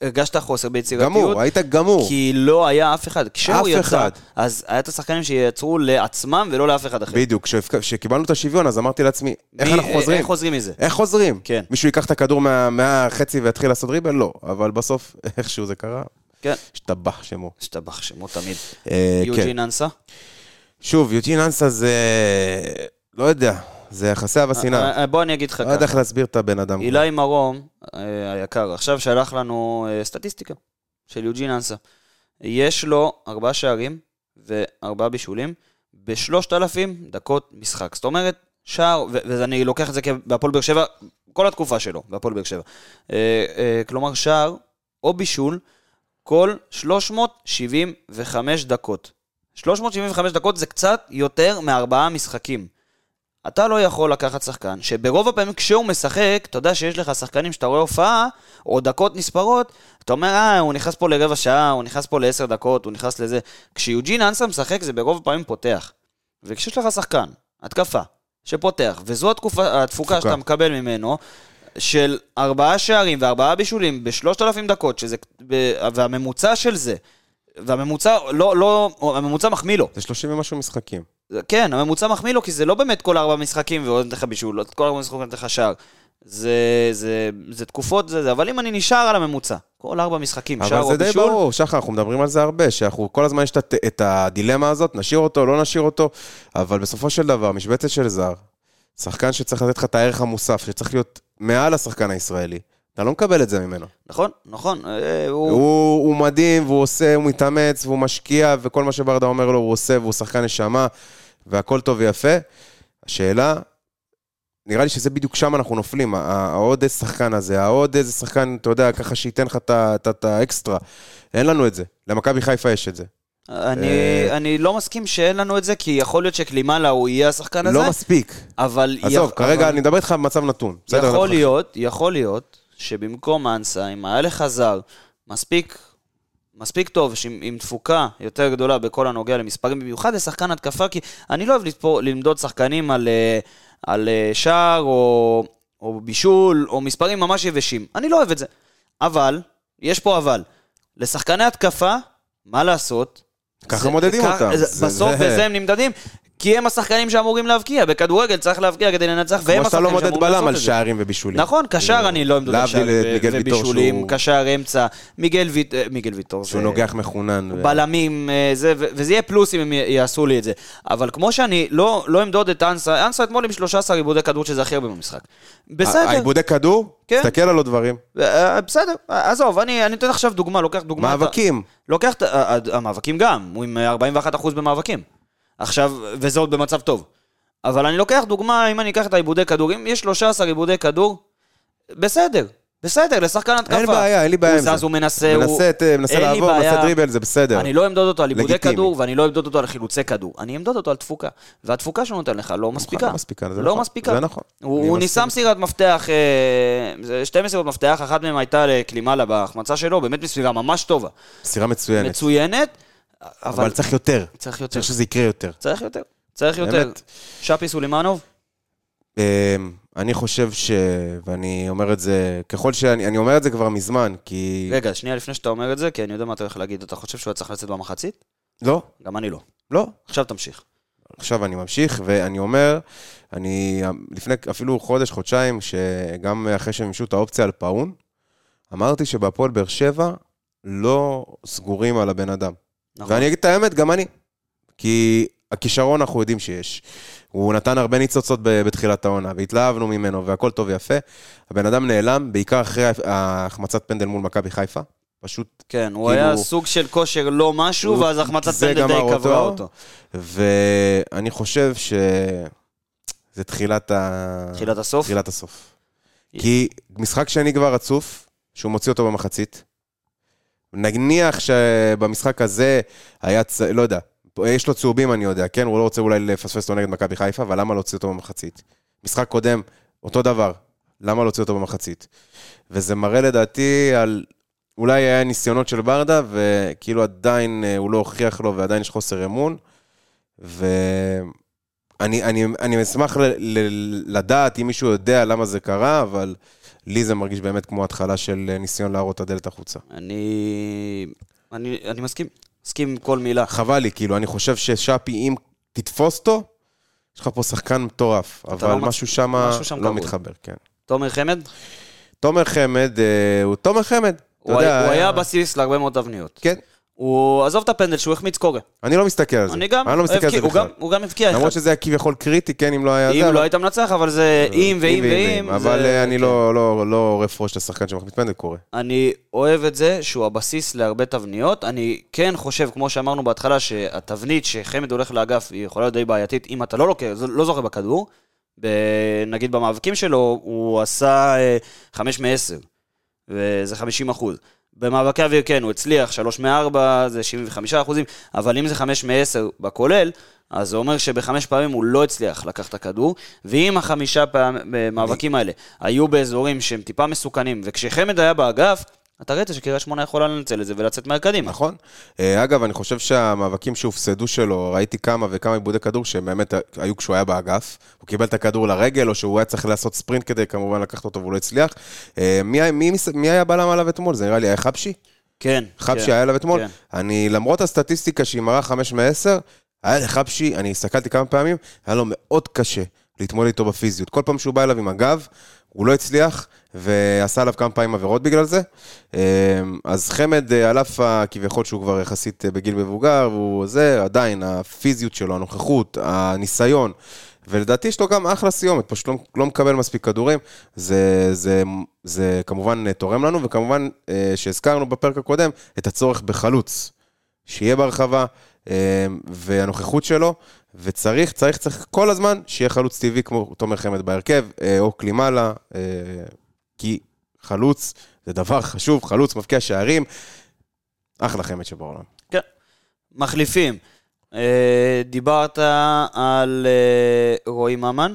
[SPEAKER 2] הרגשת חוסר ביצירתיות.
[SPEAKER 1] גמור, היית גמור.
[SPEAKER 2] כי לא היה אף אחד.
[SPEAKER 1] אף
[SPEAKER 2] כשהוא יצא,
[SPEAKER 1] אחד.
[SPEAKER 2] אז היה את השחקנים שיצרו לעצמם ולא לאף אחד אחר.
[SPEAKER 1] בדיוק, כשקיבלנו את השוויון, אז אמרתי לעצמי, איך
[SPEAKER 2] מי-
[SPEAKER 1] אנחנו חוזרים?
[SPEAKER 2] איך חוזרים מזה?
[SPEAKER 1] איך חוזרים?
[SPEAKER 2] כן.
[SPEAKER 1] מישהו ייקח את הכדור מה, מהחצי ויתחיל לעשות ריבל? לא. אבל בסוף, איכשהו זה קרה,
[SPEAKER 2] כן.
[SPEAKER 1] השתבח שמו.
[SPEAKER 2] השתבח שמו תמיד.
[SPEAKER 1] אה, כן.
[SPEAKER 2] יוג'ין אנסה.
[SPEAKER 1] שוב, יוג'ין אנסה זה... לא יודע, זה יחסי אהבה שנאה.
[SPEAKER 2] אה, לא- אה, בוא אני אגיד לך
[SPEAKER 1] לא יודע
[SPEAKER 2] ככה.
[SPEAKER 1] איך להסביר את הבן אדם.
[SPEAKER 2] אילי מרום, אה, היקר, עכשיו שלח לנו אה, סטטיסטיקה של יוג'ין אנסה. יש לו ארבעה שערים וארבעה בישולים בשלושת אלפים דקות משחק. זאת אומרת, שער, ו- ואני לוקח את זה בהפועל באר שבע, כל התקופה שלו, בהפועל באר שבע. אה, אה, כלומר, שער או בישול כל 375 דקות. 375 דקות זה קצת יותר מארבעה משחקים. אתה לא יכול לקחת שחקן, שברוב הפעמים כשהוא משחק, אתה יודע שיש לך שחקנים שאתה רואה הופעה, או דקות נספרות, אתה אומר, אה, הוא נכנס פה לרבע שעה, הוא נכנס פה לעשר דקות, הוא נכנס לזה. כשיוג'ין אנסה משחק, זה ברוב הפעמים פותח. וכשיש לך שחקן, התקפה, שפותח, וזו התקופה, התפוקה
[SPEAKER 1] תפוקה.
[SPEAKER 2] שאתה מקבל ממנו, של ארבעה שערים וארבעה בישולים בשלושת אלפים דקות, שזה, ב- והממוצע של זה, והממוצע, לא, לא, הממוצע מחמיא לו.
[SPEAKER 1] זה 30 ומשהו משחקים.
[SPEAKER 2] כן, הממוצע מחמיא לו, כי זה לא באמת כל ארבע משחקים ועוד נותן לך בישול, לא כל ארבע משחקים נותן לך שער. זה, זה, זה תקופות, זה, זה, אבל אם אני נשאר על הממוצע, כל ארבע משחקים, שער
[SPEAKER 1] אבל
[SPEAKER 2] או
[SPEAKER 1] זה די
[SPEAKER 2] בישול,
[SPEAKER 1] ברור, שחר, אנחנו מדברים על זה הרבה, שאנחנו כל הזמן יש את הת- את הדילמה הזאת, נשאיר אותו, לא נשאיר אותו, אבל בסופו של דבר, משבצת של זר, שחקן שצריך לתת לך את הערך המוסף, שצריך להיות מעל השחקן הישראלי, אתה לא מקבל את זה ממנו.
[SPEAKER 2] נכון, נכון, אה, הוא,
[SPEAKER 1] הוא, הוא מדהים, והוא עושה, הוא מתאמץ, והוא משקיע, וכל מה שברדה אומר לו הוא עושה, והוא שחקן נשמה, והכל טוב ויפה. השאלה, נראה לי שזה בדיוק שם אנחנו נופלים, ה- ה- העוד איזה שחקן הזה, העוד איזה שחקן, אתה יודע, ככה שייתן לך את ה- את ה- את האקסטרה. אין לנו את זה. למכבי חיפה יש את זה.
[SPEAKER 2] אני,
[SPEAKER 1] אה,
[SPEAKER 2] אני לא מסכים שאין לנו את זה, כי יכול להיות שקלימאלה הוא יהיה השחקן הזה,
[SPEAKER 1] לא מספיק.
[SPEAKER 2] אבל...
[SPEAKER 1] עזוב,
[SPEAKER 2] יכ-
[SPEAKER 1] כרגע
[SPEAKER 2] אבל
[SPEAKER 1] אני מדבר איתך במצב נתון. בסדר? נכון.
[SPEAKER 2] יכול
[SPEAKER 1] אנחנו-
[SPEAKER 2] להיות, יכול להיות, שבמקום אנסה, אם היה לך זר מספיק, מספיק טוב, שעם, עם תפוקה יותר גדולה בכל הנוגע למספרים, במיוחד לשחקן התקפה, כי אני לא אוהב לתפור, למדוד שחקנים על, אה, על אה, שער או, או בישול או מספרים ממש יבשים. אני לא אוהב את זה. אבל, יש פה אבל, לשחקני התקפה, מה לעשות?
[SPEAKER 1] ככה
[SPEAKER 2] זה-
[SPEAKER 1] מודדים
[SPEAKER 2] כך-
[SPEAKER 1] אותם.
[SPEAKER 2] זה-
[SPEAKER 1] זה-
[SPEAKER 2] בסוף
[SPEAKER 1] זה-
[SPEAKER 2] בזה הם נמדדים, כי הם השחקנים שאמורים להבקיע. בכדורגל צריך להבקיע כדי לנצח, והם
[SPEAKER 1] כמו שאתה
[SPEAKER 2] השחקנים
[SPEAKER 1] לא
[SPEAKER 2] שאמורים
[SPEAKER 1] מודד
[SPEAKER 2] לעשות את זה.
[SPEAKER 1] בלם על שערים ובישולים.
[SPEAKER 2] נכון, קשר אני לא אמדוד
[SPEAKER 1] כאילו, להבדיל
[SPEAKER 2] עכשיו,
[SPEAKER 1] את מיגל ויטור
[SPEAKER 2] ובישולים,
[SPEAKER 1] שהוא-
[SPEAKER 2] קשר אמצע, מיגל ויט- אה, מיגל ויטור,
[SPEAKER 1] שהוא
[SPEAKER 2] זה-
[SPEAKER 1] נוגח מחונן. ו-
[SPEAKER 2] בלמים, אה, זה, ו- וזה יהיה פלוס אם הם י- יעשו לי את זה. אבל כמו שאני לא לא אמדוד את אנסה, אנסה אתמול עם 13 עיבודי כדור שזה הכי הרבה במשחק. בסדר,
[SPEAKER 1] העיבודי כדור,
[SPEAKER 2] כן.
[SPEAKER 1] תסתכל על עוד דברים.
[SPEAKER 2] אה, בסדר, אה, עזוב, אני אני נותן עכשיו דוגמה, לוקח דוגמה. את ה-
[SPEAKER 1] מאבקים.
[SPEAKER 2] לוקח את ה- ה- המאבקים גם, הוא עם אה, 41% במאבקים. עכשיו, וזה עוד במצב טוב. אבל אני לוקח דוגמה, אם אני אקח את העיבודי כדור, אם יש 13 עיבודי כדור, בסדר, בסדר, לשחקן התקפה.
[SPEAKER 1] אין בעיה, אין לי בעיה עם זה.
[SPEAKER 2] הוא זז, הוא מנסה, הוא...
[SPEAKER 1] מנסה, ת- מנסה
[SPEAKER 2] אין לי
[SPEAKER 1] לעבור, מנסה
[SPEAKER 2] בעיה.
[SPEAKER 1] דריבל, זה בסדר.
[SPEAKER 2] אני לא אמדוד אותו על עיבודי
[SPEAKER 1] לגיטימי.
[SPEAKER 2] כדור, ואני לא אמדוד אותו על חילוצי כדור. אני אמדוד אותו על תפוקה. והתפוקה שהוא נותן לך לא מספיקה.
[SPEAKER 1] לא מספיקה, זה
[SPEAKER 2] לא
[SPEAKER 1] נכון.
[SPEAKER 2] מספיקה.
[SPEAKER 1] זה נכון.
[SPEAKER 2] הוא
[SPEAKER 1] אני
[SPEAKER 2] הוא
[SPEAKER 1] מסכים.
[SPEAKER 2] ניסה מסירת מפתח, אה, זה שתי מסירות מפתח, אחת מהן הייתה לקלימלה בהחמצה שלו, באמת מסירה ממש טובה.
[SPEAKER 1] מסירה מצוינת.
[SPEAKER 2] מצוינת, אבל
[SPEAKER 1] אבל צריך יותר.
[SPEAKER 2] צריך יותר.
[SPEAKER 1] צריך שזה יקרה יותר.
[SPEAKER 2] צריך יותר. צריך יותר.
[SPEAKER 1] באמת.
[SPEAKER 2] שפי סולימנוב?
[SPEAKER 1] אמ, אני חושב ש... ואני אומר את זה, ככל שאני... אני אומר את זה כבר מזמן, כי...
[SPEAKER 2] רגע, שנייה לפני שאתה אומר את זה, כי אני יודע מה אתה הולך להגיד. אתה חושב שהוא היה צריך לצאת במחצית?
[SPEAKER 1] לא,
[SPEAKER 2] גם אני לא.
[SPEAKER 1] לא.
[SPEAKER 2] עכשיו תמשיך.
[SPEAKER 1] עכשיו אני ממשיך, ואני אומר, אני לפני אפילו חודש, חודשיים, שגם אחרי שהם מימשו את האופציה על פאון, אמרתי שבהפועל באר שבע לא סגורים על הבן אדם.
[SPEAKER 2] נכון.
[SPEAKER 1] ואני אגיד את האמת, גם אני. כי הכישרון אנחנו יודעים שיש. הוא נתן הרבה ניצוצות ב- בתחילת העונה, והתלהבנו ממנו, והכל טוב ויפה. הבן אדם נעלם, בעיקר אחרי ההחמצת פנדל מול מכבי חיפה. פשוט,
[SPEAKER 2] כן, הוא
[SPEAKER 1] כאילו-
[SPEAKER 2] היה סוג של כושר לא משהו,
[SPEAKER 1] הוא-
[SPEAKER 2] ואז החמצת
[SPEAKER 1] זה
[SPEAKER 2] פנדל
[SPEAKER 1] גמר
[SPEAKER 2] די
[SPEAKER 1] אותו.
[SPEAKER 2] קברה אותו.
[SPEAKER 1] ואני חושב ש... זה תחילת ה...
[SPEAKER 2] תחילת הסוף?
[SPEAKER 1] תחילת הסוף. כי משחק שני כבר רצוף, שהוא מוציא אותו במחצית. נניח שבמשחק הזה היה, צ... לא יודע, פה יש לו צהובים אני יודע, כן? הוא לא רוצה אולי לפספס אותו נגד מכבי חיפה, אבל למה להוציא אותו במחצית? משחק קודם, אותו דבר, למה להוציא אותו במחצית? וזה מראה לדעתי על אולי היה ניסיונות של ברדה, וכאילו עדיין אה, הוא לא הוכיח לו ועדיין יש חוסר אמון. ואני אני, אני אשמח ל, ל, לדעת אם מישהו יודע למה זה קרה, אבל לי זה מרגיש באמת כמו התחלה של אה, ניסיון להראות את הדלת החוצה.
[SPEAKER 2] אני... אני אני מסכים. מסכים עם כל מילה.
[SPEAKER 1] חבל לי, כאילו, אני חושב ששאפי, אם תתפוס אותו, יש לך פה שחקן מטורף, אבל
[SPEAKER 2] לא
[SPEAKER 1] לא
[SPEAKER 2] מצ-
[SPEAKER 1] משהו שם לא
[SPEAKER 2] משהו שם
[SPEAKER 1] לא
[SPEAKER 2] קרוי.
[SPEAKER 1] מתחבר, כן.
[SPEAKER 2] תומר חמד?
[SPEAKER 1] תומר חמד, אה, הוא תומר חמד, אתה
[SPEAKER 2] הוא
[SPEAKER 1] יודע. אה,
[SPEAKER 2] היה הוא היה בסיס להרבה מאוד תבניות.
[SPEAKER 1] כן,
[SPEAKER 2] הוא... עזוב את הפנדל שהוא החמיץ קורא.
[SPEAKER 1] אני לא מסתכל על זה.
[SPEAKER 2] אני גם...
[SPEAKER 1] אני לא מסתכל על
[SPEAKER 2] הבקיע-
[SPEAKER 1] זה
[SPEAKER 2] הוא
[SPEAKER 1] בכלל.
[SPEAKER 2] גם- הוא גם הבקיע אחד.
[SPEAKER 1] למרות שזה אה, היה כביכול קריטי, כן, אם לא היה זה.
[SPEAKER 2] אם
[SPEAKER 1] אבל-
[SPEAKER 2] לא היית מנצח, אבל זה אם ואם ואם.
[SPEAKER 1] אבל
[SPEAKER 2] זה-
[SPEAKER 1] אה, אני
[SPEAKER 2] כן.
[SPEAKER 1] לא- לא לא עורף ראש לשחקן שמחמיץ פנדל קורה.
[SPEAKER 2] אוקיי. אני אוהב את זה שהוא הבסיס להרבה תבניות. אני כן חושב, כמו שאמרנו בהתחלה, שהתבנית שחמד הולך לאגף היא יכולה להיות די בעייתית, אם אתה לא, לוקח, לא זוכר בכדור. ב, נגיד במאבקים שלו, הוא עשה אה, 5 מ-10, וזה 50 אחוז. במאבקי אוויר כן, הוא הצליח, 3 מ-4 זה 75 אחוזים, אבל אם זה 5 מ-10 בכולל, אז זה אומר שבחמש פעמים הוא לא הצליח לקח את הכדור, ואם החמישה פעמ- במאבקים האלה היו באזורים שהם טיפה מסוכנים, וכשחמד היה באגף, אתה ראית שקריית שמונה יכולה לנצל את זה ולצאת מהקדימה.
[SPEAKER 1] נכון. אה, אגב, אני חושב שהמאבקים שהופסדו שלו, ראיתי כמה וכמה עיבודי כדור שהם באמת היו כשהוא היה באגף. הוא קיבל את הכדור לרגל, או שהוא היה צריך לעשות ספרינט כדי כמובן לקחת אותו והוא לא הצליח. אה, מי, מי, מי היה בלם עליו אתמול? זה נראה לי היה חבשי?
[SPEAKER 2] כן.
[SPEAKER 1] חבשי
[SPEAKER 2] כן.
[SPEAKER 1] היה עליו אתמול.
[SPEAKER 2] כן.
[SPEAKER 1] אני, למרות הסטטיסטיקה שהיא מראה 5 מ-10, היה לחבשי, אני הסתכלתי כמה פעמים, היה לו מאוד קשה להתמודד איתו בפיזיות. כל פעם שהוא בא אליו עם הגב, הוא לא הצליח, ועשה עליו כמה פעמים עבירות בגלל זה. אמ, אז חמד, אה, על אף ה- כביכול שהוא כבר יחסית אה, בגיל מבוגר, הוא זה, עדיין, הפיזיות שלו, הנוכחות, הניסיון. ולדעתי יש לו גם אחלה סיומת, פשוט לא, לא מקבל מספיק כדורים. זה, זה, זה כמובן אה, תורם לנו, וכמובן אה, שהזכרנו בפרק הקודם את הצורך בחלוץ, שיהיה ברחבה, אה, והנוכחות שלו, וצריך, צריך, צריך כל הזמן שיהיה חלוץ טבעי כמו תומר חמד בהרכב, אה, או קלימלה, אה, כי חלוץ זה דבר חשוב, חלוץ מבקיע שערים, אחלה חמד שבעולם.
[SPEAKER 2] כן. מחליפים. אה, דיברת על אה, רועי ממן,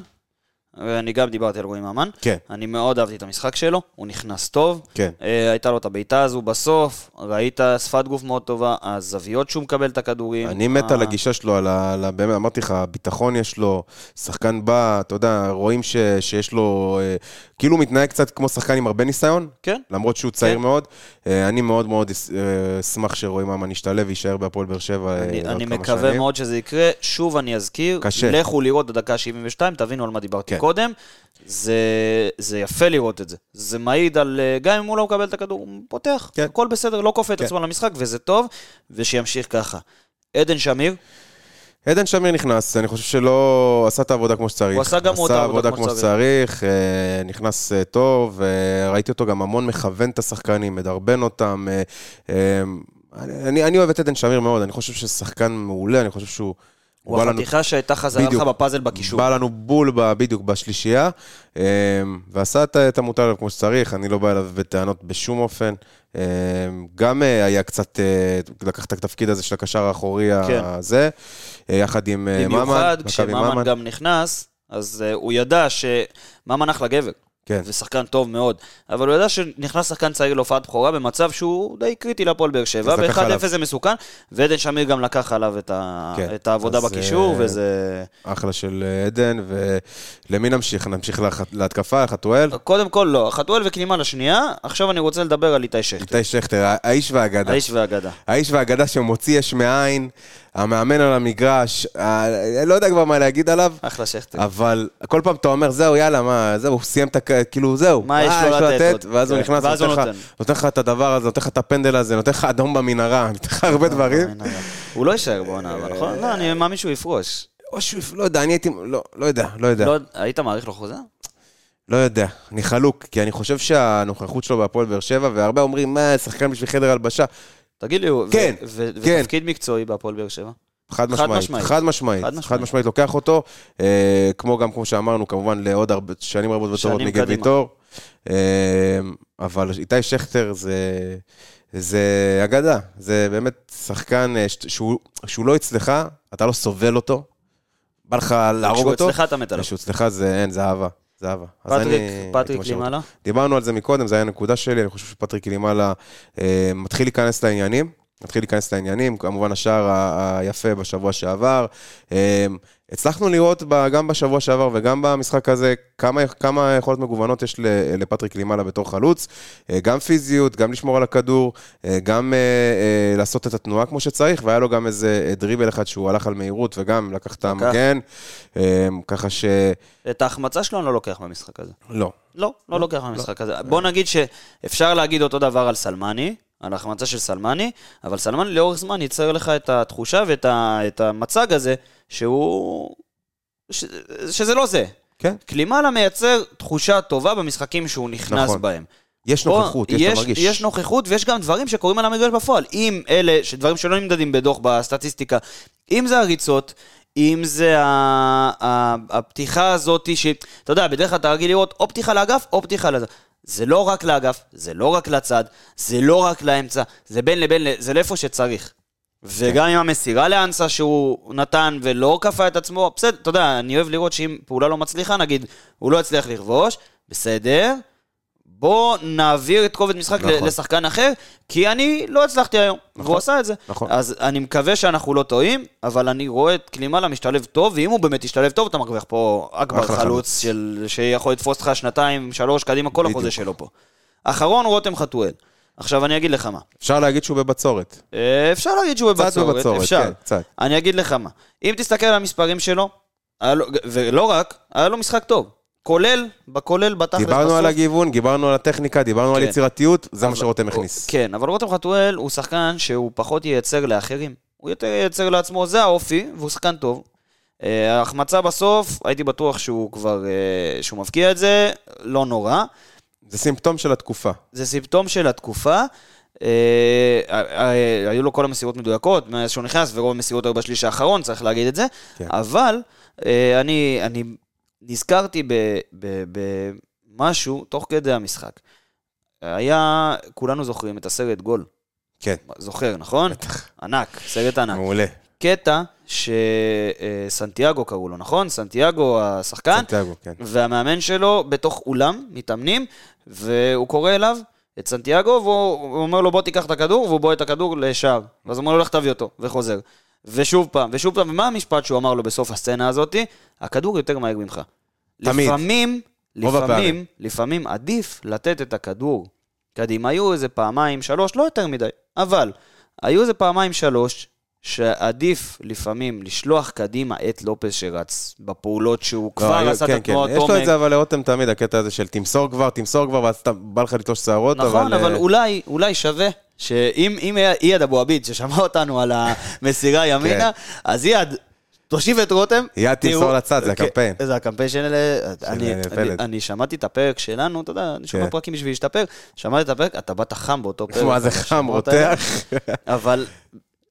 [SPEAKER 2] ואני גם דיברתי על רועי ממן.
[SPEAKER 1] כן.
[SPEAKER 2] אני מאוד אהבתי את המשחק שלו, הוא נכנס טוב.
[SPEAKER 1] כן.
[SPEAKER 2] אה, הייתה לו את הבעיטה הזו בסוף, ראית שפת גוף מאוד טובה, הזוויות שהוא מקבל את הכדורים. אה,
[SPEAKER 1] אני מת על
[SPEAKER 2] ה-
[SPEAKER 1] הגישה שלו, על ה... על ה... באמת, אמרתי לך, ביטחון יש לו, שחקן בא, אתה יודע, רואים ש... שיש לו, אה, כאילו הוא מתנהג קצת כמו שחקן עם הרבה ניסיון,
[SPEAKER 2] כן.
[SPEAKER 1] למרות שהוא צעיר
[SPEAKER 2] כן.
[SPEAKER 1] מאוד. אה, אני מאוד מאוד אס- אה, אשמח שרועי ממן ישתלב ויישאר בהפועל באר שבע אה,
[SPEAKER 2] אני,
[SPEAKER 1] עוד
[SPEAKER 2] אני
[SPEAKER 1] כמה
[SPEAKER 2] מקווה
[SPEAKER 1] שנים.
[SPEAKER 2] מאוד שזה יקרה. שוב אני אזכיר,
[SPEAKER 1] קשה.
[SPEAKER 2] לכו לראות בדקה 72, תבינו על מה דיברתי
[SPEAKER 1] כן.
[SPEAKER 2] קודם. זה, זה יפה לראות את זה. זה מעיד על, אה, גם אם הוא לא מקבל את הכדור, הוא פותח,
[SPEAKER 1] כן.
[SPEAKER 2] הכל בסדר, לא כופה את
[SPEAKER 1] כן.
[SPEAKER 2] עצמו למשחק, וזה טוב, ושימשיך ככה. עדן שמיר,
[SPEAKER 1] עדן שמיר נכנס, אני חושב שלא עשה את העבודה כמו שצריך.
[SPEAKER 2] הוא עשה גם אותה
[SPEAKER 1] עשה
[SPEAKER 2] עבודה
[SPEAKER 1] עבודה
[SPEAKER 2] כמו
[SPEAKER 1] כמו שצריך, אה, נכנס אה, טוב, אה, ראיתי אותו גם המון מכוון את השחקנים, מדרבן אותם. אה, אה, אני- אני אני אוהב את עדן שמיר מאוד, אני חושב ששחקן מעולה, אני חושב שהוא...
[SPEAKER 2] הוא
[SPEAKER 1] בא לנו-
[SPEAKER 2] החתיכה שהייתה חזרה לך
[SPEAKER 1] בדיוק.
[SPEAKER 2] בפאזל בקישור.
[SPEAKER 1] בא לנו בול ב- בדיוק בשלישייה, אה, ועשה את ה- את המוטל עליו כמו שצריך, אני לא בא אליו בטענות בשום אופן. אה, גם אה, היה קצת, אה, לקח את התפקיד הזה של הקשר האחורי
[SPEAKER 2] כן.
[SPEAKER 1] הזה, אה, יחד עם אה, ממן.
[SPEAKER 2] במיוחד
[SPEAKER 1] מכבי
[SPEAKER 2] כשממן גם נכנס, אז אה, הוא ידע שממן אחלה גבר.
[SPEAKER 1] כן.
[SPEAKER 2] ושחקן טוב מאוד. אבל הוא ידע שנכנס שחקן צעיר להופעת בכורה במצב שהוא די קריטי להפועל באר שבע,
[SPEAKER 1] אז לקח
[SPEAKER 2] ב-1-0
[SPEAKER 1] עליו.
[SPEAKER 2] זה מסוכן, ועדן שמיר גם לקח עליו את, ה...
[SPEAKER 1] כן.
[SPEAKER 2] את העבודה
[SPEAKER 1] אז,
[SPEAKER 2] בקישור,
[SPEAKER 1] אה,
[SPEAKER 2] וזה...
[SPEAKER 1] אחלה של אה, עדן, ולמי נמשיך? נמשיך לח- להתקפה, חתואל?
[SPEAKER 2] קודם כל לא, חתואל וקלימן השנייה, עכשיו אני רוצה לדבר על איתי שכטר,
[SPEAKER 1] איתי שכטר, הא- האיש והאגדה.
[SPEAKER 2] האיש והאגדה.
[SPEAKER 1] האיש והאגדה שמוציא אש מאין, המאמן על המגרש, ה- לא יודע כבר מה להגיד עליו,
[SPEAKER 2] אחלה שכטר.
[SPEAKER 1] אבל כל פעם אתה אומר, זהו, יאללה, מה, זהו, הוא סיים את ה... כאילו, זהו.
[SPEAKER 2] מה יש לו לתת עוד?
[SPEAKER 1] ואז הוא
[SPEAKER 2] כן.
[SPEAKER 1] נכנס,
[SPEAKER 2] ואז הוא
[SPEAKER 1] נותן לך-
[SPEAKER 2] נותן.
[SPEAKER 1] נותן לך את הדבר הזה, נותן לך את הפנדל הזה, נותן לך אדום במנהרה, נותן לך
[SPEAKER 2] אה,
[SPEAKER 1] הרבה דברים.
[SPEAKER 2] אין עליו. הוא לא יישאר בעונה,
[SPEAKER 1] אה,
[SPEAKER 2] הבאה, נכון? לא, אני מאמין שהוא יפרוש.
[SPEAKER 1] או שהוא, לא יודע, אני הייתי, לא, לא יודע, לא יודע.
[SPEAKER 2] לא, היית מעריך לו חוזה?
[SPEAKER 1] לא יודע, אני חלוק, כי אני חושב שהנוכחות שלו בהפועל באר שבע, והרבה אומרים, מה, שחקן בשביל חדר הלבשה,
[SPEAKER 2] תגיד לי, הוא-
[SPEAKER 1] כן,
[SPEAKER 2] ו- ו-
[SPEAKER 1] כן.
[SPEAKER 2] ותפקיד מקצועי בהפועל באר שבע?
[SPEAKER 1] חד
[SPEAKER 2] משמעית.
[SPEAKER 1] משמעית, חד משמעית,
[SPEAKER 2] חד משמעית.
[SPEAKER 1] חד משמעית לוקח אותו, אה, כמו גם, כמו שאמרנו, כמובן לעוד הרבה, שנים רבות וטובות
[SPEAKER 2] שנים
[SPEAKER 1] נגד
[SPEAKER 2] קדימה.
[SPEAKER 1] ויטור, אה, אבל איתי שכטר זה, זה אגדה, זה באמת שחקן אה, ש- שהוא, שהוא לא אצלך, אתה לא סובל אותו, בא לך להרוג
[SPEAKER 2] כשהוא
[SPEAKER 1] אותו,
[SPEAKER 2] אצלך אתה מת עליו.
[SPEAKER 1] כשהוא אצלך זה, אין, זה אהבה, זה אהבה. אז אני
[SPEAKER 2] פטריק,
[SPEAKER 1] הייתי
[SPEAKER 2] פטריק
[SPEAKER 1] משאיר אותו.
[SPEAKER 2] למעלה?
[SPEAKER 1] דיברנו על זה מקודם, זו הייתה הנקודה שלי, אני חושב שפטריק אלימאלה אה, מתחיל להיכנס לעניינים. מתחיל להיכנס לעניינים, כמובן השער ה- היפה בשבוע שעבר. אה, הצלחנו לראות ב- גם בשבוע שעבר וגם במשחק הזה כמה, כמה יכולות מגוונות יש ל- לפטריק לימאלה בתור חלוץ. אה, גם פיזיות, גם לשמור על הכדור, אה, גם אה, אה, לעשות את התנועה כמו שצריך, והיה לו גם איזה אה, דריבל אחד שהוא הלך על מהירות וגם לקח את המגן. אה, ככה ש...
[SPEAKER 2] את ההחמצה שלו אני לא לוקח מהמשחק הזה.
[SPEAKER 1] לא,
[SPEAKER 2] לא, לא לוקח מהמשחק הזה. בוא נגיד שאפשר להגיד אותו דבר על סלמני, על ההחמצה של סלמני, אבל סלמני לאורך זמן ייצר לך את התחושה ואת ה- את המצג הזה, שהוא... ש- שזה לא זה.
[SPEAKER 1] כן.
[SPEAKER 2] קלימלה מייצר תחושה טובה במשחקים שהוא נכנס
[SPEAKER 1] נכון.
[SPEAKER 2] בהם.
[SPEAKER 1] יש
[SPEAKER 2] פה
[SPEAKER 1] נוכחות, יש, אתה מרגיש.
[SPEAKER 2] יש נוכחות ויש גם דברים שקורים על המגרש בפועל. אם אלה, שדברים שלא נמדדים בדוח בסטטיסטיקה, אם זה הריצות, אם זה ה, ה, הפתיחה הזאת, שאתה יודע, בדרך כלל אתה רגיל לראות או פתיחה לאגף או פתיחה לזה. זה לא רק לאגף, זה לא רק לצד, זה לא רק לאמצע, זה בין לבין, ל- זה לאיפה שצריך. וגם עם המסירה לאנסה שהוא נתן ולא כפה את עצמו, בסדר, אתה יודע, אני אוהב לראות שאם פעולה לא מצליחה, נגיד, הוא לא הצליח לכבוש, בסדר, בוא נעביר את כובד משחק נכון.
[SPEAKER 1] נכון.
[SPEAKER 2] לשחקן אחר, כי אני לא הצלחתי היום, נכון. והוא עשה את זה.
[SPEAKER 1] נכון.
[SPEAKER 2] אז אני מקווה שאנחנו לא טועים, אבל אני רואה את קלימלה משתלב טוב, ואם הוא באמת ישתלב טוב, אתה מרוויח פה אכבר
[SPEAKER 1] אחלה
[SPEAKER 2] חלוץ
[SPEAKER 1] חלוץ.
[SPEAKER 2] של, שיכול לתפוס אותך שנתיים, שלוש, קדימה, כל החוזה
[SPEAKER 1] בדיוק.
[SPEAKER 2] שלו פה. אחרון, רותם חתואל. עכשיו אני אגיד לך מה.
[SPEAKER 1] אפשר להגיד שהוא בבצורת.
[SPEAKER 2] אה, אפשר להגיד שהוא
[SPEAKER 1] קצת
[SPEAKER 2] בבצורת,
[SPEAKER 1] בבצורת,
[SPEAKER 2] אפשר.
[SPEAKER 1] כן, קצת.
[SPEAKER 2] אני אגיד לך מה. אם תסתכל על המספרים שלו, היה לו, ולא רק, היה לו משחק טוב. כולל, בכולל, בתכלס,
[SPEAKER 1] דיברנו
[SPEAKER 2] בסוף.
[SPEAKER 1] על הגיוון, דיברנו על הטכניקה, דיברנו על
[SPEAKER 2] כן.
[SPEAKER 1] יצירתיות, זה מה
[SPEAKER 2] אבל-
[SPEAKER 1] שרותם
[SPEAKER 2] הוא-
[SPEAKER 1] הכניס.
[SPEAKER 2] כן, אבל רותם חתואל הוא שחקן שהוא פחות ייצר לאחרים. הוא יותר ייצר לעצמו, זה האופי, והוא שחקן טוב. אה, ההחמצה בסוף, הייתי בטוח שהוא כבר, אה, שהוא מבקיע את זה, לא נורא.
[SPEAKER 1] זה סימפטום של התקופה.
[SPEAKER 2] זה סימפטום של התקופה. אה, אה, אה, היו לו כל המסירות מדויקות מאז שהוא נכנס, ורוב המסירות היו בשליש האחרון, צריך להגיד את זה.
[SPEAKER 1] כן.
[SPEAKER 2] אבל אה, אני, אני נזכרתי במשהו תוך כדי המשחק. היה, כולנו זוכרים את הסרט גול
[SPEAKER 1] כן,
[SPEAKER 2] זוכר, נכון? בטח. ענק, סרט ענק.
[SPEAKER 1] מעולה.
[SPEAKER 2] קטע שסנטיאגו קראו לו, נכון? סנטיאגו השחקן.
[SPEAKER 1] סנטיאגו, כן.
[SPEAKER 2] והמאמן שלו בתוך אולם, מתאמנים, והוא קורא אליו, את סנטיאגו, והוא הוא אומר לו בוא תיקח את הכדור, והוא בועט את הכדור לשער. ואז הוא אומר לו לך תביא אותו, וחוזר. ושוב פעם, ושוב פעם, ומה המשפט שהוא אמר לו בסוף הסצנה הזאת? הכדור יותר מהר ממך.
[SPEAKER 1] תמיד.
[SPEAKER 2] לפעמים,
[SPEAKER 1] רוב
[SPEAKER 2] לפעמים,
[SPEAKER 1] הפעמים.
[SPEAKER 2] לפעמים עדיף לתת את הכדור. קדימה, היו איזה פעמיים, שלוש, לא יותר מדי, אבל היו איזה פעמיים, שלוש, שעדיף לפעמים לשלוח קדימה את לופס שרץ בפעולות שהוא
[SPEAKER 1] לא,
[SPEAKER 2] כבר
[SPEAKER 1] היו-
[SPEAKER 2] עשה
[SPEAKER 1] כן,
[SPEAKER 2] את התנועות
[SPEAKER 1] כן. יש
[SPEAKER 2] עומק.
[SPEAKER 1] לו את זה אבל לרותם תמיד, הקטע הזה של תמסור כבר, תמסור כבר, ואז אתה- בא לך לתלוש שערות, אבל...
[SPEAKER 2] נכון, אבל
[SPEAKER 1] אה,
[SPEAKER 2] אולי, אולי שווה, שאם אם היה אייד אבו עביד, ששמע אותנו על המסירה ימינה, אז אייד, תושיב את רותם.
[SPEAKER 1] אייד, כן. תמסור
[SPEAKER 2] תראו-
[SPEAKER 1] לצד, זה
[SPEAKER 2] כן,
[SPEAKER 1] הקמפיין. אה,
[SPEAKER 2] זה הקמפיין של... אה, אני, אני,
[SPEAKER 1] פלד.
[SPEAKER 2] אני שמעתי את הפרק שלנו, אתה יודע, אני שומע
[SPEAKER 1] כן.
[SPEAKER 2] פרקים בשביל להשתפר, שמעתי את הפרק, אתה באת חם באותו פרק.
[SPEAKER 1] מה זה
[SPEAKER 2] על
[SPEAKER 1] חם,
[SPEAKER 2] השמות האלה.
[SPEAKER 1] רותח?
[SPEAKER 2] אבל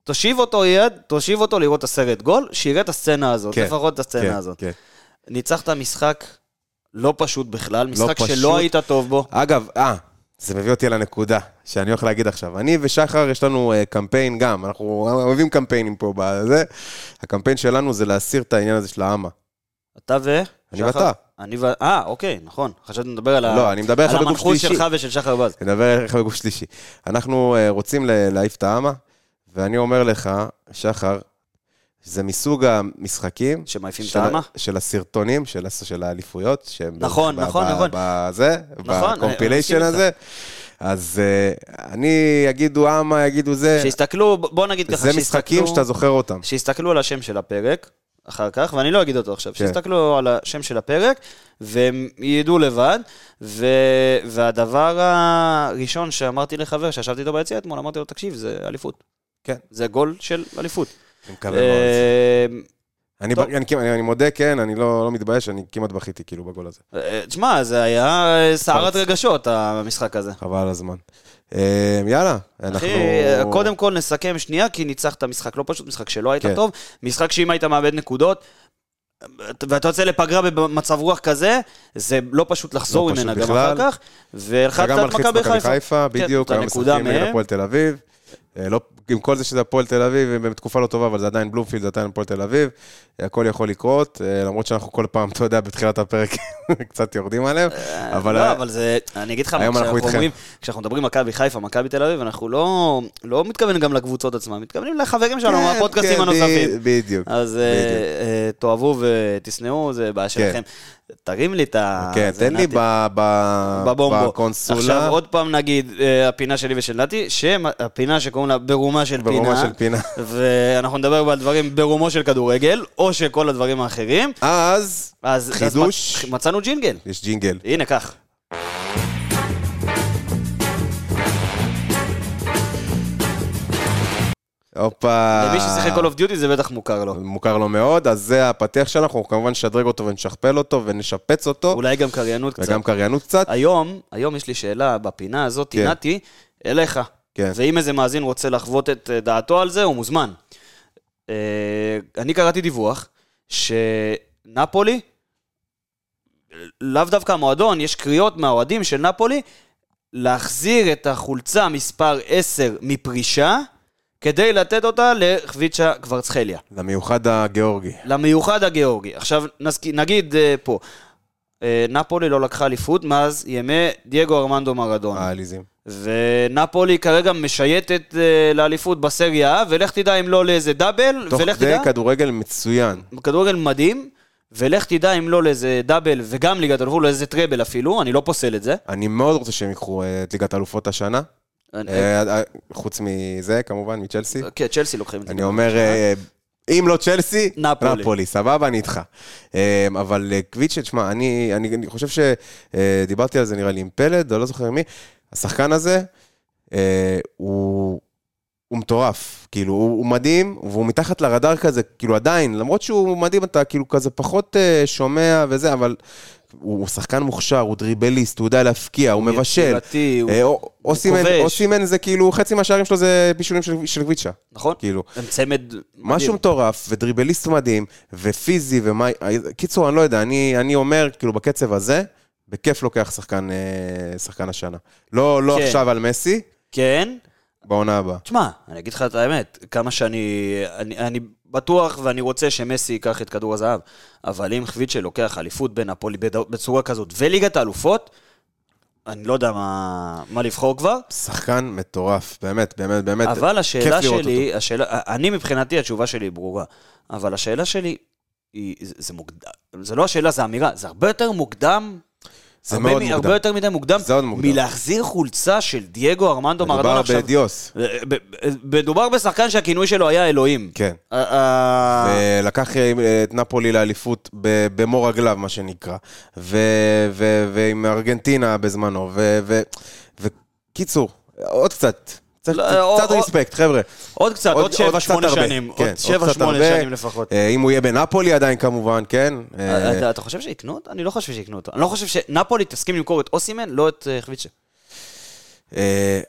[SPEAKER 2] תושיב אותו אייד, תושיב אותו לראות את הסרט גול, שיראה את הסצנה הזאת,
[SPEAKER 1] כן,
[SPEAKER 2] לפחות את הסצנה
[SPEAKER 1] כן,
[SPEAKER 2] הזאת.
[SPEAKER 1] כן.
[SPEAKER 2] ניצחת משחק לא פשוט בכלל, משחק
[SPEAKER 1] פשוט.
[SPEAKER 2] שלא היית טוב בו.
[SPEAKER 1] אגב, אה, זה מביא אותי לנקודה שאני הולך להגיד עכשיו. אני ושחר, יש לנו אה, קמפיין גם, אנחנו אוהבים קמפיינים פה בזה. הקמפיין שלנו זה להסיר את העניין הזה של האמה.
[SPEAKER 2] אתה ו...
[SPEAKER 1] אני
[SPEAKER 2] שחר?
[SPEAKER 1] ואתה. אני
[SPEAKER 2] אני ו... אה, אוקיי, נכון. חשבתי לדבר על ה...
[SPEAKER 1] לא, אני מדבר
[SPEAKER 2] על
[SPEAKER 1] עכשיו בגוף
[SPEAKER 2] המנחוס
[SPEAKER 1] שלישי.
[SPEAKER 2] שלך ושל שחר בז.
[SPEAKER 1] נדבר עליך בגוף שלישי. אנחנו אה, רוצים ל- להעיף את האמה, ואני אומר לך, שחר, זה מסוג המשחקים...
[SPEAKER 2] שמעיפים את
[SPEAKER 1] של ה-
[SPEAKER 2] האמה?
[SPEAKER 1] של הסרטונים, של הס- של האליפויות, שהם...
[SPEAKER 2] נכון,
[SPEAKER 1] ב-
[SPEAKER 2] נכון,
[SPEAKER 1] ב-
[SPEAKER 2] נכון.
[SPEAKER 1] בזה,
[SPEAKER 2] נכון, אני- אני מסכים
[SPEAKER 1] בקומפיליישן
[SPEAKER 2] איתך.
[SPEAKER 1] הזה. אז אה, אני, יגידו אמה, יגידו זה.
[SPEAKER 2] שיסתכלו, ב- בוא נגיד ככה,
[SPEAKER 1] זה משחקים
[SPEAKER 2] שיסתכלו-
[SPEAKER 1] שאתה זוכר אותם.
[SPEAKER 2] שיסתכלו על השם של הפרק אחר כך, ואני לא אגיד אותו עכשיו,
[SPEAKER 1] כן.
[SPEAKER 2] שיסתכלו על השם של הפרק, והם ידעו לבד, ו... והדבר הראשון שאמרתי לחבר שישבתי איתו ביציע אתמול, אמרתי לו, תקשיב, זה אליפות.
[SPEAKER 1] כן.
[SPEAKER 2] זה גול של אליפות.
[SPEAKER 1] אני מקווה מאוד.
[SPEAKER 2] אה,
[SPEAKER 1] אני
[SPEAKER 2] טוב.
[SPEAKER 1] ב- אני כמעט- אני מודה, כן, אני לא לא מתבייש, אני כמעט בכיתי כאילו בגול הזה.
[SPEAKER 2] אה, תשמע, זה היה סערת רגשות, המשחק הזה.
[SPEAKER 1] חבל על הזמן. אה, יאללה, אנחנו...
[SPEAKER 2] אחי, אה, קודם כל נסכם שנייה, כי ניצחת משחק לא פשוט, משחק שלא היית
[SPEAKER 1] כן.
[SPEAKER 2] טוב, משחק שאם היית מאבד נקודות, ואתה יוצא לפגרה במצב רוח כזה, זה לא פשוט לחזור
[SPEAKER 1] לא פשוט
[SPEAKER 2] ממנה גם
[SPEAKER 1] בכלל.
[SPEAKER 2] אחר כך, והלחצת
[SPEAKER 1] וגם
[SPEAKER 2] את
[SPEAKER 1] מלחיץ
[SPEAKER 2] מכבי
[SPEAKER 1] מכבי
[SPEAKER 2] חיפה.
[SPEAKER 1] חיפה, בדיוק,
[SPEAKER 2] אתה
[SPEAKER 1] היום
[SPEAKER 2] נקודה
[SPEAKER 1] משחקים נגד
[SPEAKER 2] מהם.
[SPEAKER 1] הפועל תל אביב. אה, לא- עם כל זה שזה הפועל תל אביב, הם בתקופה לא טובה, אבל זה עדיין בלומפילד, זה עדיין הפועל תל אביב. הכל יכול לקרות, אה, למרות שאנחנו כל פעם, אתה יודע, בתחילת הפרק קצת יורדים עליהם. אבל
[SPEAKER 2] לא,
[SPEAKER 1] ה-
[SPEAKER 2] אבל זה, אני אגיד לך,
[SPEAKER 1] היום
[SPEAKER 2] כשאנחנו
[SPEAKER 1] אנחנו איתכם.
[SPEAKER 2] אומרים- כשאנחנו מדברים מכבי חיפה, מכבי תל אביב, אנחנו לא לא מתכוונים גם לקבוצות עצמן, מתכוונים לחברים שלנו,
[SPEAKER 1] כן,
[SPEAKER 2] מהפודקאסטים
[SPEAKER 1] כן,
[SPEAKER 2] הנוספים.
[SPEAKER 1] ב- בדיוק.
[SPEAKER 2] אז אה, אה, תאהבו ותשנאו, זה בעיה שלכם. תרים לי את ה...
[SPEAKER 1] כן,
[SPEAKER 2] זה,
[SPEAKER 1] תן לי
[SPEAKER 2] נתי.
[SPEAKER 1] ב- ב-
[SPEAKER 2] בבומבו.
[SPEAKER 1] בקונסולה.
[SPEAKER 2] עכשיו עוד פעם נגיד, אה, הפינה שלי ושל נתי, שהפינה שקוראים לה ברומה של פינה.
[SPEAKER 1] ברומה של פינה.
[SPEAKER 2] ואנחנו נדבר על דברים ברומו של כדורגל, או של כל הדברים האחרים.
[SPEAKER 1] אז
[SPEAKER 2] אז אז
[SPEAKER 1] חידוש.
[SPEAKER 2] מצ- מצאנו ג'ינגל.
[SPEAKER 1] יש ג'ינגל.
[SPEAKER 2] הנה, קח.
[SPEAKER 1] הופה.
[SPEAKER 2] למי ששיחק Call of Duty זה בטח מוכר לו.
[SPEAKER 1] מוכר לו מאוד, אז זה הפתח שלנו, אנחנו כמובן נשדרג אותו ונשכפל אותו ונשפץ אותו,
[SPEAKER 2] אולי גם קריינות קצת.
[SPEAKER 1] וגם קריינות קצת.
[SPEAKER 2] היום, היום יש לי שאלה בפינה הזאת,
[SPEAKER 1] כן.
[SPEAKER 2] נתי, אליך.
[SPEAKER 1] כן.
[SPEAKER 2] ואם איזה מאזין רוצה לחוות את אה, דעתו על זה, הוא מוזמן. אה, אני קראתי דיווח שנפולי, לאו דווקא המועדון, יש קריאות מהאוהדים של נפולי להחזיר את החולצה מספר 10 מפרישה, כדי לתת אותה לחביצ'ה קוורצחליה.
[SPEAKER 1] למיוחד הגיאורגי.
[SPEAKER 2] למיוחד הגיאורגי. עכשיו, נזכ... נגיד אה, פה, אה, נפולי לא לקחה אליפות מאז ימי דייגו ארמנדו מרדונה.
[SPEAKER 1] העליזים.
[SPEAKER 2] ונפולי כרגע משייטת אה, לאליפות בסריה, A, ולך תדע אם לא לאיזה דאבל,
[SPEAKER 1] תוך
[SPEAKER 2] ולך
[SPEAKER 1] כדי
[SPEAKER 2] תדע,
[SPEAKER 1] כדורגל מצוין.
[SPEAKER 2] כדורגל מדהים, ולך תדע אם לא לאיזה דאבל וגם ליגת אלופות, לאיזה טראבל אפילו, אני לא פוסל את זה.
[SPEAKER 1] אני מאוד רוצה שהם ייקחו אה, את ליגת האלופות השנה.
[SPEAKER 2] אוקיי.
[SPEAKER 1] אה, אה, חוץ מזה, כמובן, מצ'לסי.
[SPEAKER 2] כן, צ'לסי לוקחים את זה.
[SPEAKER 1] אני אומר, אה, אם לא צ'לסי,
[SPEAKER 2] נפולי.
[SPEAKER 1] נפולי, סבבה, אני איתך. אה, אבל אה, קוויצ'ה, תשמע, אני, אני, אני חושב שדיברתי על זה נראה לי עם פלד, או לא זוכר עם מי, השחקן הזה, אה, הוא... הוא מטורף, כאילו, הוא, הוא מדהים, והוא מתחת לרדאר כזה, כאילו עדיין, למרות שהוא מדהים, אתה כאילו כזה פחות uh, שומע וזה, אבל הוא, הוא שחקן מוכשר, הוא דריבליסט, הוא יודע להפקיע, הוא, מבשל.
[SPEAKER 2] יצירתי, הוא-
[SPEAKER 1] אה, או-
[SPEAKER 2] הוא
[SPEAKER 1] אוסימן-
[SPEAKER 2] כובש.
[SPEAKER 1] אוסימן זה כאילו, חצי מהשערים שלו זה בישולים של, של קוויצ'ה,
[SPEAKER 2] נכון?
[SPEAKER 1] כאילו.
[SPEAKER 2] הם צמד
[SPEAKER 1] משהו
[SPEAKER 2] מדהים.
[SPEAKER 1] מטורף, ודריבליסט מדהים, ופיזי, ומה... קיצור, אני לא יודע, אני, אני אומר, כאילו, בקצב הזה, בכיף לוקח שחקן, אה, שחקן השנה. לא, לא
[SPEAKER 2] כן.
[SPEAKER 1] עכשיו על מסי,
[SPEAKER 2] כן.
[SPEAKER 1] בעונה הבאה.
[SPEAKER 2] תשמע, אני אגיד לך את האמת, כמה שאני... אני, אני בטוח ואני רוצה שמסי ייקח את כדור הזהב, אבל אם חביצ'ה לוקח אליפות בין הפועל בד- בצורה כזאת וליגת האלופות, אני לא יודע מה, מה לבחור כבר.
[SPEAKER 1] שחקן מטורף, באמת, באמת, באמת.
[SPEAKER 2] אבל השאלה
[SPEAKER 1] כיף לראות
[SPEAKER 2] שלי, השאלה, אני מבחינתי, התשובה שלי היא ברורה, אבל השאלה שלי היא, זה, זה מוקדם, זה לא השאלה, זה אמירה, זה הרבה יותר מוקדם.
[SPEAKER 1] זה
[SPEAKER 2] הרבה
[SPEAKER 1] מאוד
[SPEAKER 2] מ-
[SPEAKER 1] מוקדם.
[SPEAKER 2] הרבה יותר מדי מוקדם,
[SPEAKER 1] זה עוד מוקדם.
[SPEAKER 2] מלהחזיר חולצה של דייגו ארמנדו מרדונה
[SPEAKER 1] מדובר
[SPEAKER 2] עכשיו.
[SPEAKER 1] באדיוס.
[SPEAKER 2] ב- ב- מדובר בשחקן שהכינוי שלו היה אלוהים.
[SPEAKER 1] כן.
[SPEAKER 2] אה, אה,
[SPEAKER 1] לקח אה, את נפולי לאליפות ב- במו רגליו, מה שנקרא, ו- ו- ועם ארגנטינה בזמנו, וקיצור, עוד קצת, צריך
[SPEAKER 2] לא,
[SPEAKER 1] קצת
[SPEAKER 2] עוד-
[SPEAKER 1] ריספקט, חבר'ה.
[SPEAKER 2] עוד קצת, עוד שבע, שמונה
[SPEAKER 1] הרבה.
[SPEAKER 2] שנים.
[SPEAKER 1] כן,
[SPEAKER 2] עוד שבע,
[SPEAKER 1] קצת
[SPEAKER 2] שמונה
[SPEAKER 1] הרבה.
[SPEAKER 2] שנים לפחות.
[SPEAKER 1] אה, אם הוא יהיה בנפולי עדיין כמובן, כן? אה,
[SPEAKER 2] אתה- אתה חושב שיקנו אותו? אני לא חושב שיקנו אותו. אני לא חושב שנפולי תסכים למכור את אוסימן, לא את אה, חביצ'ה.
[SPEAKER 1] אה,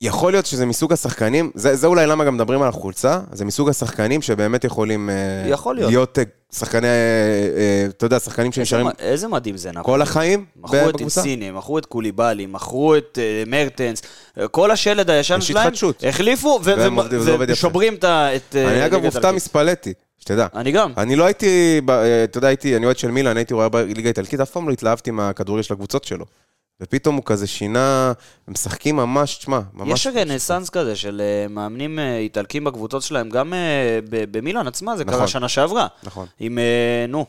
[SPEAKER 1] יכול להיות שזה מסוג השחקנים, זה, זה אולי למה גם מדברים על החולצה, זה מסוג השחקנים שבאמת יכולים אה,
[SPEAKER 2] יכול להיות.
[SPEAKER 1] להיות אה, שחקני, אה, אה, אתה יודע, שחקנים שנשארים
[SPEAKER 2] איזה מ- איזה מדהים זה נפולי.
[SPEAKER 1] כל החיים
[SPEAKER 2] מכרו את
[SPEAKER 1] בקבוצה.
[SPEAKER 2] אינסיניה, מכרו את קוליבאלי, מכרו את אה, מרטנס, אה, כל השלד הישן
[SPEAKER 1] יש
[SPEAKER 2] שלהם,
[SPEAKER 1] התחדשות.
[SPEAKER 2] החליפו ו-
[SPEAKER 1] והם
[SPEAKER 2] ו-
[SPEAKER 1] עובדים,
[SPEAKER 2] ו-
[SPEAKER 1] זה עובד יפה.
[SPEAKER 2] ושוברים את ה- את... אה,
[SPEAKER 1] אני אגב
[SPEAKER 2] ליגת
[SPEAKER 1] הופתע
[SPEAKER 2] האלופות.
[SPEAKER 1] מספלטי, שתדע.
[SPEAKER 2] אני גם.
[SPEAKER 1] אני לא הייתי, ב- אה, אתה יודע, הייתי, אני אוהד של מילאן, הייתי רואה בליגה האיטלקית, אף פעם לא התלהבתי מהכדורגל של הקבוצות שלו. ופתאום הוא כזה שינה, הם משחקים ממש, תשמע, ממש...
[SPEAKER 2] יש הרי נסאנס כזה של אה, מאמנים אה, איטלקים בקבוצות שלהם, גם אה, ב- במילאן עצמה, זה
[SPEAKER 1] נכון.
[SPEAKER 2] קרה שנה שעברה.
[SPEAKER 1] נכון.
[SPEAKER 2] עם, אה, נו,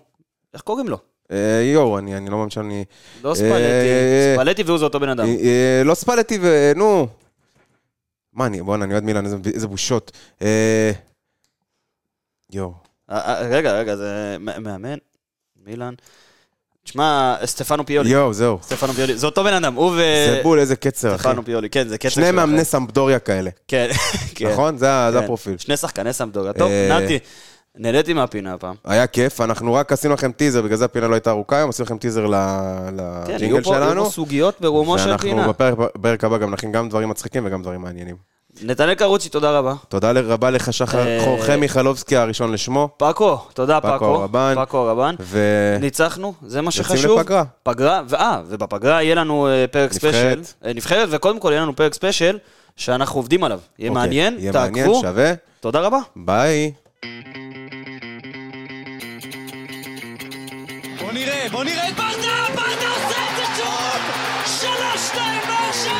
[SPEAKER 2] איך קוראים לו?
[SPEAKER 1] אה, יואו, אני אני לא מאמין שאני...
[SPEAKER 2] לא ספלטי,
[SPEAKER 1] אה,
[SPEAKER 2] ספלטי והוא זה אותו בן אדם.
[SPEAKER 1] אה, אה, לא ספלטי ו... נו. מה, אני, בואנה, אני אוהד מילאן, איזה- איזה בושות. אה, יואו.
[SPEAKER 2] אה, אה, רגע, רגע, זה מ- מאמן, מילאן. תשמע, סטפנו פיולי.
[SPEAKER 1] יואו, זהו.
[SPEAKER 2] סטפנו פיולי, זה אותו בן אדם, הוא ו...
[SPEAKER 1] זה בול, איזה קצר, אחי.
[SPEAKER 2] סטפנו פיולי, כן, זה קצב
[SPEAKER 1] שני
[SPEAKER 2] אה, שלכם.
[SPEAKER 1] מאמני סמפדוריה כאלה,
[SPEAKER 2] כן, כן.
[SPEAKER 1] נכון? זה ה- זה
[SPEAKER 2] כן.
[SPEAKER 1] הפרופיל.
[SPEAKER 2] שני שחקני סמדוריה. טוב,
[SPEAKER 1] אה,
[SPEAKER 2] נתי, נהניתי מהפינה הפעם.
[SPEAKER 1] היה כיף, אנחנו רק עשינו לכם טיזר, בגלל זה הפינה לא הייתה ארוכה היום, עשינו לכם טיזר ל-
[SPEAKER 2] כן, יהיו
[SPEAKER 1] לג'ינגל
[SPEAKER 2] פה- יהיו
[SPEAKER 1] שלנו.
[SPEAKER 2] פה סוגיות ברומו של פינה.
[SPEAKER 1] ואנחנו בפרק- בפרק הבא גם נכין גם דברים מצחיקים וגם דברים מעניינים.
[SPEAKER 2] נתנאל קרוצ'י, תודה רבה.
[SPEAKER 1] תודה רבה לך, שחר
[SPEAKER 2] אה,
[SPEAKER 1] חורכה מיכלובסקי הראשון לשמו,
[SPEAKER 2] פאקו, תודה
[SPEAKER 1] פאקו
[SPEAKER 2] פאקו.
[SPEAKER 1] רבן.
[SPEAKER 2] פאקו רבן.
[SPEAKER 1] ונבחרת
[SPEAKER 2] ניצחנו, זה מה
[SPEAKER 1] יוצאים
[SPEAKER 2] שחשוב.
[SPEAKER 1] לפגרה.
[SPEAKER 2] פגרה, ואה, ובפגרה יהיה לנו אה, פרק
[SPEAKER 1] נבחרת.
[SPEAKER 2] ספיישל. אה, נבחרת, וקודם כל יהיה לנו פרק ספיישל שאנחנו עובדים עליו. יהיה
[SPEAKER 1] אוקיי,
[SPEAKER 2] מעניין,
[SPEAKER 1] יהיה מעניין,
[SPEAKER 2] תעקבו.
[SPEAKER 1] שווה.
[SPEAKER 2] תודה רבה.
[SPEAKER 1] ביי.
[SPEAKER 3] בוא נראה, בוא נראה את ברדה, ברדה עושה את זה שוב! שלוש, שתיים, לא באר שבע!